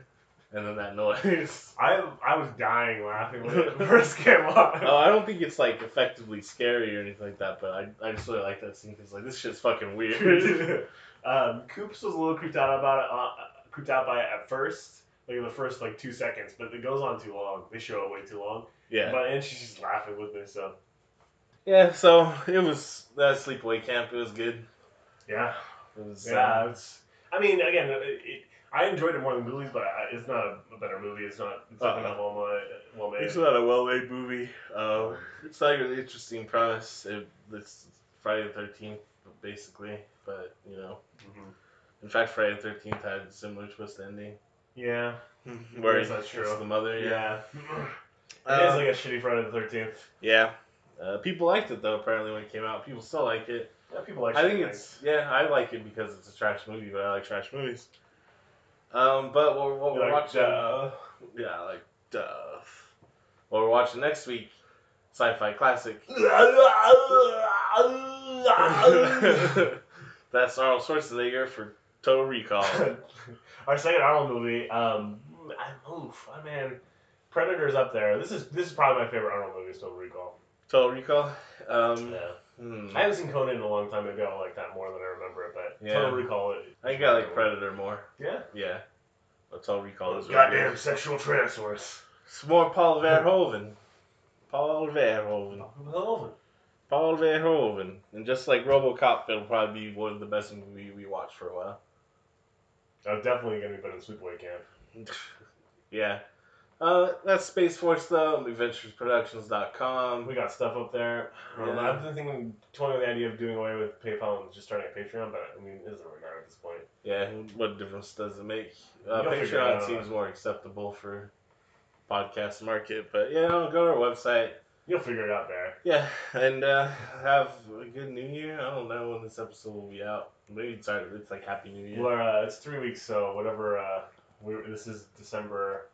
S3: And then that noise.
S2: I I was dying laughing when it first came up.
S3: Oh, I don't think it's like effectively scary or anything like that, but I, I just really like that scene because like this shit's fucking weird.
S2: um, Coops was a little creeped out about it, uh, creeped out by it at first, like in the first like two seconds, but it goes on too long. They show it way too long.
S3: yeah.
S2: But and she's just laughing with me, so
S3: Yeah. So it was that sleepaway camp. It was good.
S2: yeah,
S3: It was.
S2: yeah.
S3: uh,
S2: It's, I mean, again, it, it, I enjoyed it more than movies, but I, it's not a, a better movie. It's not. It's not
S3: Uh-uh.
S2: well ma- well made.
S3: it's not a well made movie. Uh, it's like an interesting premise. It, it's Friday the Thirteenth, basically. But you know,
S2: Mhm.
S3: in fact, Friday the Thirteenth had a similar twist ending.
S2: Yeah.
S3: Where
S2: Yes, that's
S3: it's
S2: true.
S3: the mother. Yeah.
S2: Yeah. it is
S3: Uh,
S2: like a shitty Friday the Thirteenth.
S3: yeah. Uh, people liked it though. Apparently, when it came out, people still like it.
S2: Yeah, people like.
S3: I
S2: shitty
S3: think
S2: things.
S3: it's yeah. I like it because it's a trash movie, but I like trash movies. Um, but what, what
S2: You
S3: we're
S2: like,
S3: watching,
S2: uh,
S3: yeah, like duh. What we're watching next week, sci-fi classic. That's Arnold Schwarzenegger for Total Recall.
S2: Our second Arnold movie, um, I, oof, I mean, Predator's up there. This is this is probably my favorite Arnold movie, Still Recall.
S3: Total Recall. Um,
S2: Yeah.
S3: hmm.
S2: I haven't seen Conan in a long time. Maybe I'll like that more than I remember it, but
S3: Yeah.
S2: Total Recall. It,
S3: I think I like Predator more.
S2: Yeah.
S3: Yeah, but Total Recall Oh, is really
S2: Goddamn
S3: good.
S2: sexual transformers.
S3: It's more Paul Verhoeven. Paul Verhoeven. Paul Verhoeven. And just like Robocop, it'll probably be one of the best movies we watch for a while.
S2: I'm definitely gonna be better than Sleepaway Camp.
S3: yeah. Uh, that's Space Force, though. AdventuresProductions.com.
S2: We got stuff up there. Um,
S3: Yeah.
S2: I've been thinking, toying with the idea of doing away with PayPal and just starting a Patreon, but I mean, it doesn't really matter at this point.
S3: Yeah, what difference does it make? Uh,
S2: You'll figure it
S3: Patreon
S2: out.
S3: seems more acceptable for podcast market, but you know, go to our website.
S2: You'll figure it out there.
S3: Yeah, and uh, have a good New Year. I don't know when this episode will be out. Maybe it's already, it's like Happy New Year.
S2: Well, uh, it's three weeks, so whatever. Uh, we this is December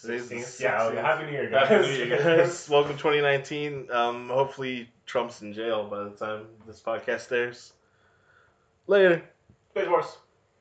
S3: Today's the
S2: 16th? Yeah,
S3: sixteenth.
S2: Happy New Year, guys.
S3: Happy New Year, guys. Welcome 2019. Um, hopefully Trump's in jail by the time this podcast airs. Later.
S2: Space Wars.